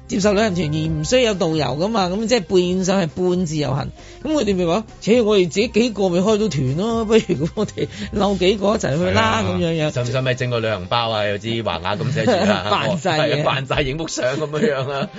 E: 接受旅行團而唔需要有導遊㗎嘛，咁即係變相係半自由行。咁佢哋咪話：，切，我哋自己幾個咪開到團咯， 不如咁我哋漏幾個一齊去啦咁樣。樣
G: 啊使唔使咪整個旅行包啊？有支橫額咁寫住啦，
E: 扮晒嘢
G: 係啊扮晒影幅相咁樣樣啦，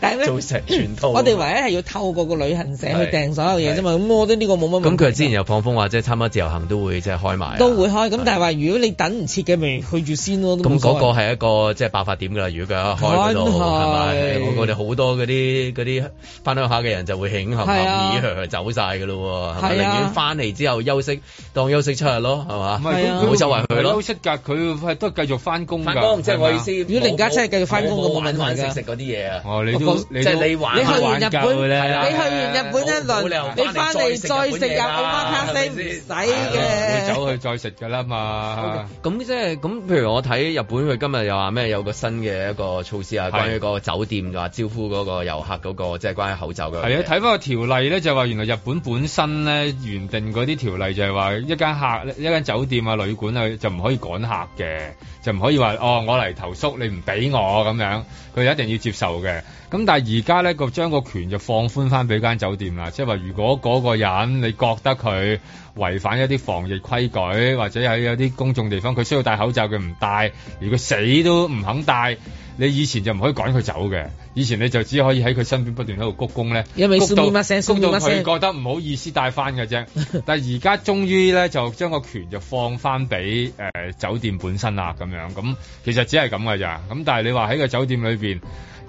E: 但係咧
G: 做成全套。
E: 我哋唯一係要透過個旅行社去
G: 哦係
E: 訂所有嘢啫嘛，咁我覺得呢個冇乜問題。
G: 咁佢之前有放風話，即係參加自由行都會即係開埋啊。
E: 都會開，咁但係話如果你等唔切嘅，咪去住先咯。都
G: 咁嗰
E: 冇所謂
G: 個係一個即係爆發點㗎啦，如果佢一開嗰度
E: 梗係
G: 係咪？我我哋好多嗰啲嗰啲翻鄉下嘅人就會興冚
E: 係啊
G: 冚咦走晒㗎咯喎，係咪？
E: 係啊
G: 寧願翻嚟之後休息，當休息七日咯，係嘛？
H: 唔係咁佢
G: 冇周圍去
H: 休
G: 咯。
H: 息㗎，佢係都係繼續翻工㗎。
G: 翻工即係我意思，
H: 係嘛啊
E: 如果零加七係繼續返工咁冇問題
G: 玩
E: 㗎
G: 玩食食嗰啲嘢啊。
H: 哦，你都
G: 即係你玩
E: 你去完
H: 玩
E: 日
H: 夠
E: 本，
H: 咧
E: 你去完日本一
G: 冇理由
E: 輪，你翻嚟再食日
G: 日本嘢啦
E: 本卡西唔使嘅。
H: 啊會走去再食㗎啦
E: 啊
H: 嘛。
G: 咁即係咁，譬如我睇日本，佢今日又話咩有個新嘅一個措施啊，
H: 係
G: 關於個酒店話招呼嗰個遊客嗰個，即係關於口罩嘅。
H: 係啊，睇翻個條例咧，就話原來日本本身咧原定嗰啲條例就係話一間客一間酒店啊、旅館啊就唔可以趕客嘅，就唔可以話哦我嚟投宿你唔俾我咁樣，佢一定要接受嘅。咁但係而家咧個將個權就放寬翻俾間酒店啦，即係話如果嗰個人你覺得佢違反一啲防疫規矩，或者喺有啲公眾地方佢需要戴口罩，佢唔戴，而佢死都唔肯戴，你以前就唔可以趕佢走嘅，以前你就只可以喺佢身邊不斷喺度鞠躬咧，
E: 因為
H: 鞠到
E: 蘇咪乜聲
H: 鞠
E: 蘇咪
H: 到
E: 乜聲
H: 佢覺得唔好意思戴翻嘅啫。但係而家終於咧就將個權就放翻俾誒酒店本身啦，咁樣咁其實只係咁嘅咋。咁但係你話喺個酒店裏邊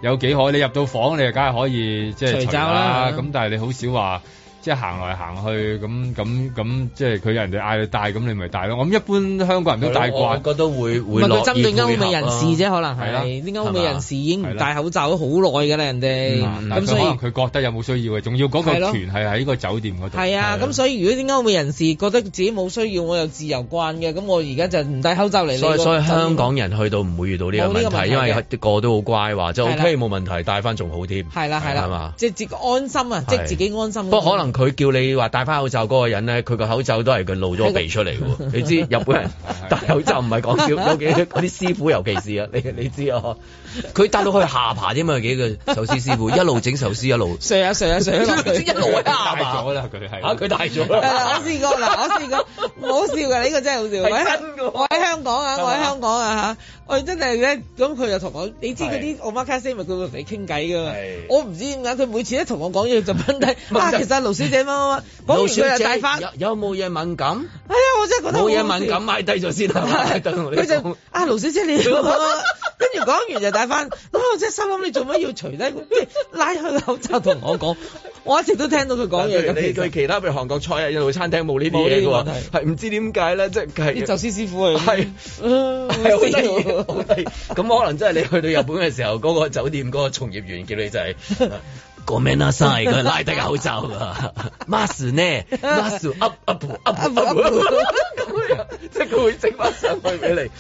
H: 有幾可你入到房你就梗係可以即係
E: 除
H: 除
E: 罩啦
H: 啦，咁但係你好少話。即係行來行去咁咁咁，即係佢有人哋嗌你戴，咁你咪戴咯。我諗一般香港人都戴
G: 我
H: 慣，
G: 覺得會
E: 唔
G: 會
E: 係佢
G: 樂
E: 針
G: 意
E: 對歐美
G: 配合啊
E: 人士啫，可能
H: 係啦
E: 係啲歐
H: 係
E: 美
H: 嘛
E: 人士已經
H: 係
E: 唔
H: 啦
E: 戴口罩咗好耐㗎啦，人哋
G: 嗯
E: 咁
H: 但係佢
E: 所以
H: 可能佢覺得有冇需要嘅，仲要嗰個
E: 係咯
H: 團係喺個酒店嗰度。
E: 係啊，咁所以如果啲歐美人士覺得自己冇需要，我又自由慣嘅，咁我而家就唔戴口罩嚟。
G: 所以
E: 你個
G: 所以香港人去到唔會遇到呢個
E: 冇呢
G: 問
E: 個問
G: 題，
E: 題
G: 因為個個都好乖話，就
E: 係啦
G: OK 冇問題，戴翻仲好添。
E: 係啦係
G: 係
E: 啦
G: 嘛，
E: 即係自己安心啊，即係自己安心嗰種。
G: 不過可能佢叫你話戴翻口罩嗰個人咧，佢個口罩都係佢露咗個鼻出嚟嘅 喎。你知日本人戴口罩唔係講笑，有幾嗰啲師傅尤其是啊，你你知啊，佢戴到去下巴添啊嘛，有幾個壽司 師傅一路整壽司一路
E: 上啊上 啊上啊，
G: 一路喺下
H: 戴
G: 巴
H: 咗啦，佢係
G: 嚇佢戴 咗
E: 係
G: 啦。
E: 呃啦，我試過 啦，我試過，唔好笑㗎，呢個真係好笑。我喺我喺香港啊，我喺香港啊嚇，我真係咧，咁佢就同我，你知嗰啲 omakase 咪佢會同你傾偈㗎嘛？我唔知點解佢每次一同我講嘢就問 低，啊其實盧小姐乜乜乜，講完
G: 老
E: 佢
G: 小
E: 又
G: 姐
E: 帶翻，
G: 有有冇嘢敏感？
E: 哎呀我真係覺得好
G: 冇嘢
E: 好笑
G: 敏感，買低咗先係 嘛？等我哋
E: 佢
G: 講
E: 就啊盧小姐你好啊，跟住講完就戴翻，咁我真係心諗你做乜要除低佢，拉佢個口罩同我講，我一直都聽到佢講嘢
G: 但
E: 咁
G: 佢你
E: 其
G: 佢
E: 實。
G: 其他譬如韓國菜啊、印度餐廳冇呢啲
E: 冇呢
G: 嘢
E: 啲
G: 嘅
E: 問
G: 喎
E: 題，
G: 係唔知點解咧，即係係
E: 啲壽司師傅係
G: 係係好得意，
E: 好
G: 好得意。咁可能真係你去到日本嘅時候，嗰個酒店嗰個從業員叫你就係 個名啦，晒佢拉低口罩啊 m a s 呢 m a s up up up up up，咁樣即係佢會整翻上去俾你。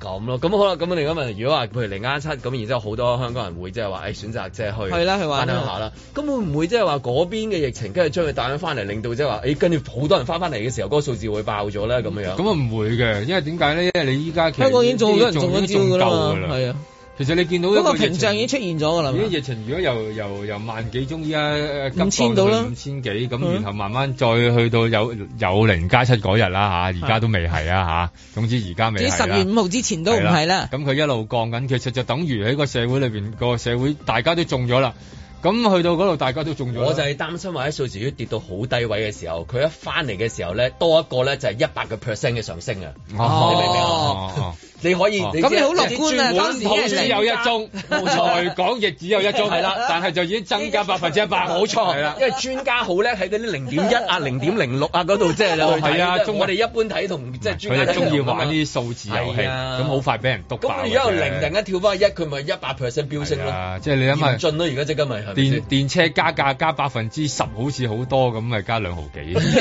G: 咁咯，咁好啦，咁另一問題，如果話譬如零加七咁，然之後好多香港人會即係話，誒選擇即係去
E: 係啦去玩
G: 翻鄉下啦。咁會唔會即係話嗰邊嘅疫情，跟住將佢帶翻翻嚟，令到即係話，誒跟住好多人翻翻嚟嘅時候，嗰、個數字會爆咗咧咁樣。
H: 咁啊唔會嘅，因為點解咧？因為你依家其實
E: 香港已經做好多人
H: 已經
E: 中咗
H: 已經
E: 招㗎啦
H: 夠
E: 嘛係啊。
H: 其實你見到一
E: 嗰個
H: 個疫
E: 屏
H: 情
E: 障已經出現咗㗎啦嘛
H: 而家疫情如果由由由萬幾宗依家呃急
E: 五千到啦
H: 五千幾咁，
E: 嗯
H: 然後慢慢再去到有有零加七嗰日啦嚇，而家都未係啊嚇。總之而家未
E: 嗯至於
H: 係啦
E: 十月五號之前都唔係啦。
H: 咁佢一路降緊，其實就等於喺個社會裏邊個社會大家都中咗啦。咁去到嗰度大家都中咗啦。
G: 我就係擔心話啲數字如果跌到好低位嘅時候，佢一翻嚟嘅時候咧，多一個咧就係一百個 percent 嘅上升啊！你明唔明啊？
H: 哦
G: 你可以
H: 哦
E: 咁你好樂
G: 即係
E: 觀啊
G: 專門
E: 當時
H: 好只有一宗，
G: 冇錯
H: 來港亦只有一宗，
G: 係啦
H: 但係就已經 增加百分之一百，
G: 冇錯，
H: 係啦
G: 因。為專家好叻喺嗰啲零點一啊、零點零六啊嗰度，即係你去睇
H: 係啊
G: 即係
H: 中
G: 我哋一般睇同即係
H: 佢
G: 專家睇唔
H: 哋中意
G: 同㗎嘛
H: 玩呢啲數字遊戲，
G: 係啊
H: 咁好快俾人督
G: 咁
H: 爆啊嘅啫。
G: 如果由零突然間跳翻去一，佢咪一百 percent 飆升
H: 係
G: 咯。
H: 啊，即係你諗下
G: 嚴。峻咯，而家即刻咪
E: 啊
G: 係咪
H: 電
G: 先？
H: 電車加價加百分之十，好似好多咁，咪加兩毫 幾，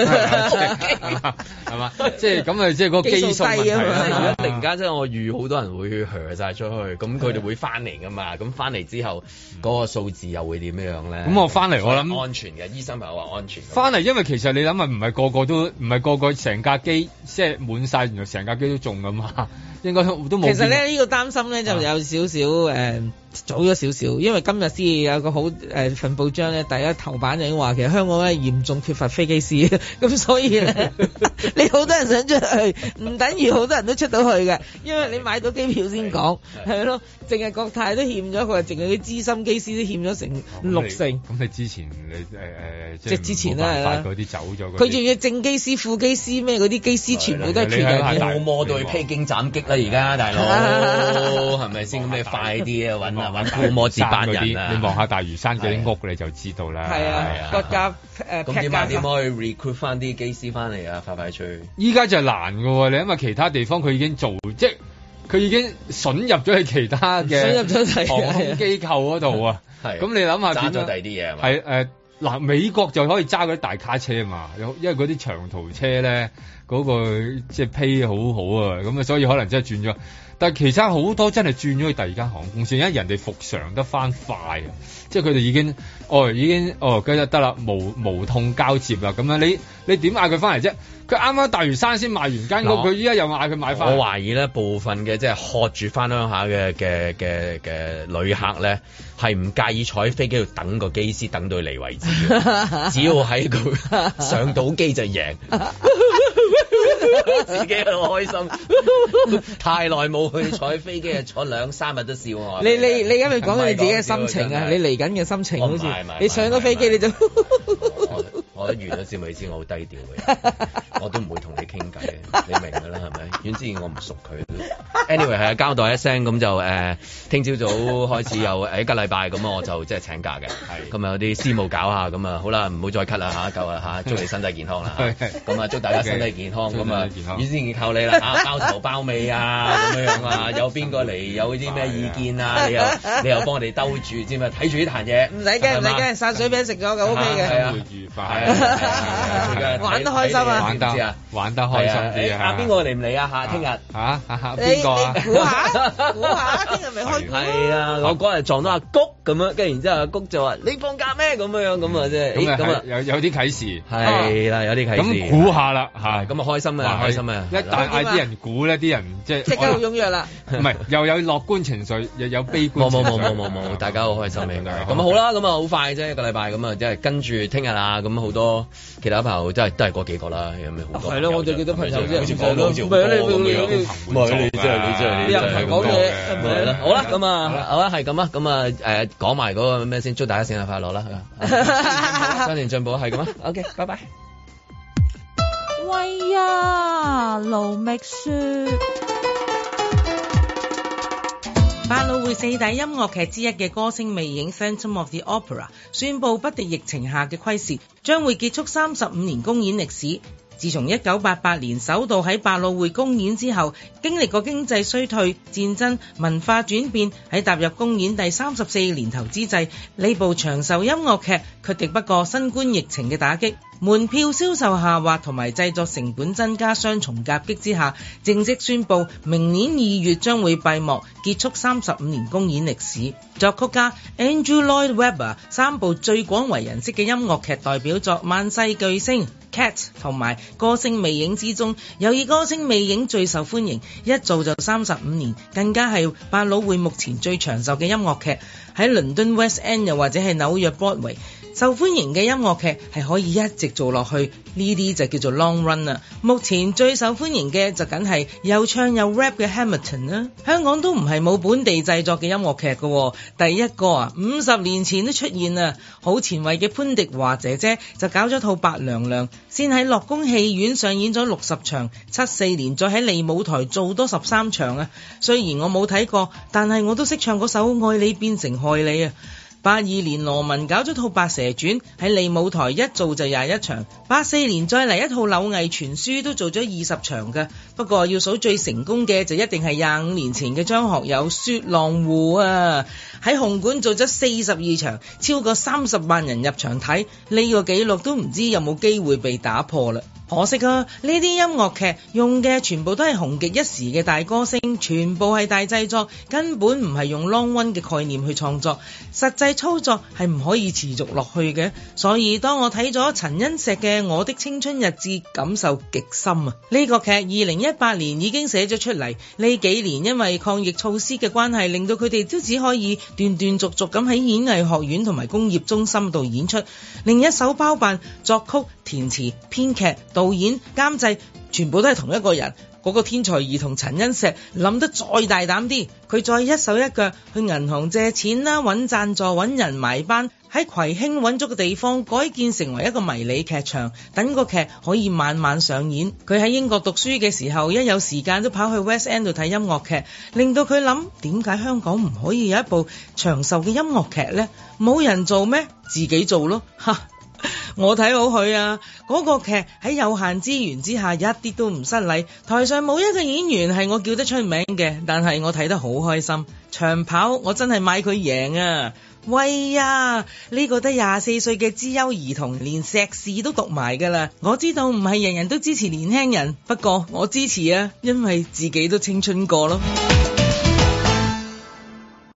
H: 啊係嘛？即係咁啊，即係嗰個基數問題
G: 即
E: 啊
G: 係
H: 啦
G: 而家。突然間，即係我遇好多人會去晒出去，咁佢哋會翻嚟噶
H: 嗯
G: 嘛？咁翻嚟之後，嗰個數字又會點樣咧？
H: 咁我返嚟我諗
G: 安全嘅，醫生朋友話安全㗎嘛。
H: 翻嚟，因為其實你諗下，唔係個個都唔係個個成架機即係滿晒，原來成架機都中噶嘛， 應該都冇。啊
E: 其實咧，呢、個擔心咧就有少少誒、早咗少少，因為今日先有個好誒、份報章咧，第一頭版就已經話其實香港咧嚴重缺乏飛機師， 咁所以咧 你好多人想出去，唔等於好多人都出到去嘅，因為你買到機票先講，係咯，淨係國泰都欠咗佢，淨係啲資深機師都欠咗成六成。
H: 咁你之前你
E: 即
H: 誒誒，
E: 係之前
H: 咧
E: 啦
H: 嗰啲走咗嗰啲，
E: 佢仲要正機師、副機師咩嗰啲機師全部都係缺緊嘅。
G: 冇摸到去披荊斬棘啦，而家 大佬係咪先？咁你快啲啊，揾啊揾
H: 大嶼
G: 顧摩接班
H: 山嗰
G: 人
H: 啲
G: 啊！
H: 你望下大嶼山嗰啲屋你就知道啦。
E: 係啊，骨架誒
G: 咁
E: 劈
G: 點
E: 架
G: 啊？點可以 recruit 翻啲機師翻嚟啊？快快脆！
H: 依家就難嘅喎，你因為其他地方佢已經做，即係佢已經筍入咗去其他
E: 筍入
H: 嘅
E: 咗係
H: 航空機構嗰度啊。
G: 係
H: 咁你諗下
G: 揸
H: 點
G: 咗
H: 樣
G: 第二啲嘢係咪？
H: 係誒嗱，美國就可以揸嗰啲大卡車嘛，有因為嗰啲長途車咧嗰、個即係 pay 好好啊，咁啊所以可能真係轉咗。但係其他好多真係轉咗去第二間航空公司，因為人哋復常得翻快啊，即係佢哋已經哦已經哦今日得啦，無無痛交接啦咁樣，你你點嗌佢翻嚟啫？佢啱啱大嶼山先賣完間屋，
G: 嗱
H: 佢依家又嗌佢買翻
G: 我。懷疑咧，部分嘅即係喝住翻鄉下嘅嘅嘅嘅旅客咧，係唔介意坐喺飛機度等個機師等到嚟為 止嘅，只要喺佢 上到機就贏，自己好開心。太耐冇去坐飛機，坐兩三日都笑我。
E: 你你你而家咪
G: 啊
E: 啊講緊你自己嘅心情啊？你嚟緊嘅心情好似
G: 我唔係唔係，
E: 你上咗飛機你就
G: 我我一完咗節目，你知我好低調嘅，我都唔會同你傾偈嘅，你明㗎啦，係咪？ 遠之我唔熟佢。anyway 係啊，交代一聲咁就誒，聽朝早開始有呃誒一個禮拜咁，我就即係請假嘅。係咁啊，有啲私務搞下咁啊，好啦，唔好再咳啦嚇，夠啦嚇，祝你身體健康啦。咁啊，祝大家身體健康。咁啊，遠之健靠你啦嚇，包頭包尾啊咁樣啊，有邊個嚟有啲咩意見啊？你又你又幫我哋兜住，知嘛？啊睇住呢壇嘢。
E: 唔使驚，唔使驚，散水餅食咗就 O K
G: 係啊
E: 嘅。
H: 愉
G: 快玩
E: 啊 得開心啊
G: 玩得
H: 玩得開心啲啊
G: 啊！邊個嚟唔嚟啊？嚇，聽日
H: 嚇嚇嚇
E: 你你
H: 啊
E: 估 下，估下，聽日咪開估
G: 係啊！我嗰日撞到阿谷咁樣，跟住然之後阿谷就話：你放假咩？咁樣咁啊，即係
H: 咁
G: 咦
H: 啊
G: 咁啊
H: 係，有有啲啟示，啊
G: 係啦，有啲啟示。
H: 咁估下啦嚇，
G: 咁啊開心啊，
H: 哇
G: 開心啊！
H: 一旦嗌啲人估咧，啲人即係
E: 即刻踴躍啦！
H: 唔係又有樂觀情緒，又有悲
G: 冇
H: 觀情
G: 冇
H: 緒。
G: 冇冇冇冇，大家好開心 應該。咁好啦，咁啊好快啫，一個禮拜咁啊，即係跟住聽日啊，咁好多其他朋友真係都係嗰幾個啦，有咩好多？
E: 係咯我就叫
G: 得
E: 啲朋友啫
G: 好似
E: 係咯
G: 好似好
E: 咪係咯
G: 多
E: 你
G: 咁樣
E: 你
G: 唔
E: 你
G: 係你真係你真係你真係
E: 你又唔係講嘢
G: 咁多嘅係啦好啦，咁啊好啦，係咁啊，咁啊誒講埋嗰個咩先，祝大家聖誕快樂啦！新年進步係咁啊，OK，拜拜。
R: 喂呀，盧覓雪。
E: 百老匯四大音樂劇之一嘅歌聲魅影《Phantom of the Opera》宣布不敵疫情下嘅虧蝕，將會結束三十五年公演歷史。自從一九八八年首度喺百老匯公演之後，經歷過經濟衰退、戰爭、文化轉變，喺踏入公演第三十四年頭之際，呢部長壽音樂劇卻敵不過新冠疫情嘅打擊，門票銷售下滑同埋製作成本增加雙重夾擊之下，正式宣布明年二月將會閉幕，結束三十五年公演歷史。作曲家 Andrew Lloyd Webber 三部最廣為人識嘅音樂劇代表作《萬世巨星》。Cat 同埋歌聲魅影之中，又以歌聲魅影最受歡迎，一做就三十五年，更加係百老匯目前最長壽嘅音樂劇。喺倫敦 West End 又或者係紐約 Broadway，受歡迎嘅音樂劇係可以一直做落去，呢啲就叫做 long run 啦。目前最受歡迎嘅就梗係又唱又 rap 嘅 Hamilton 啦。香港都唔係冇本地製作嘅音樂劇嘅喎，第一個啊五十年前都出現啦，好前衞嘅潘迪華姐姐就搞咗套白娘娘，先喺樂宮戲院上演咗六十場，七四年再喺利舞台做多十三場啊。雖然我冇睇過，但係我都識唱嗰首《愛你變成害你》啊。八二年羅文搞咗套《白蛇傳》，喺利舞台一做就廿一場；八四年再嚟一套《柳毅傳書》，都做咗二十場嘅。不過要數最成功嘅就一定係廿五年前嘅張學友《雪浪湖》啊，喺紅館做咗四十二場，超過三十萬人入場睇，呢、個紀錄都唔知有冇機會被打破啦。可惜啊，呢啲音樂劇用嘅全部都係紅極一時嘅大歌星，全部係大製作，根本唔係用 long run 嘅概念去創作，實際操作係唔可以持續落去嘅。所以當我睇咗陳恩石嘅《我的青春日誌》，感受極深啊！呢、個劇二零一八年已經寫咗出嚟，呢幾年因為抗疫措施嘅關係，令到佢哋都只可以斷斷續續咁喺演藝學院同埋工業中心度演出，另一手包辦作曲、填詞、編劇、導演、監製，全部都係同一個人。嗰、個天才兒童陳恩石諗得再大膽啲，佢再一手一腳去銀行借錢啦，揾贊助，揾人埋班。喺葵興揾咗個地方改建成為一個迷你劇場，等個劇可以晚晚上演。佢喺英國讀書嘅時候，一有時間都跑去 West End 度睇音樂劇，令到佢諗點解香港唔可以有一部長壽嘅音樂劇呢？冇人做咩？自己做咯，哈！我睇好佢啊！嗰、個劇喺有限資源之下，一啲都唔失禮。台上冇一個演員係我叫得出名嘅，但係我睇得好開心。長跑我真係買佢贏啊！喂呀！呢、個得廿四歲嘅資優兒童，連碩士都讀埋㗎啦。我知道唔係人人都支持年輕人，不過我支持啊，因為自己都青春過咯。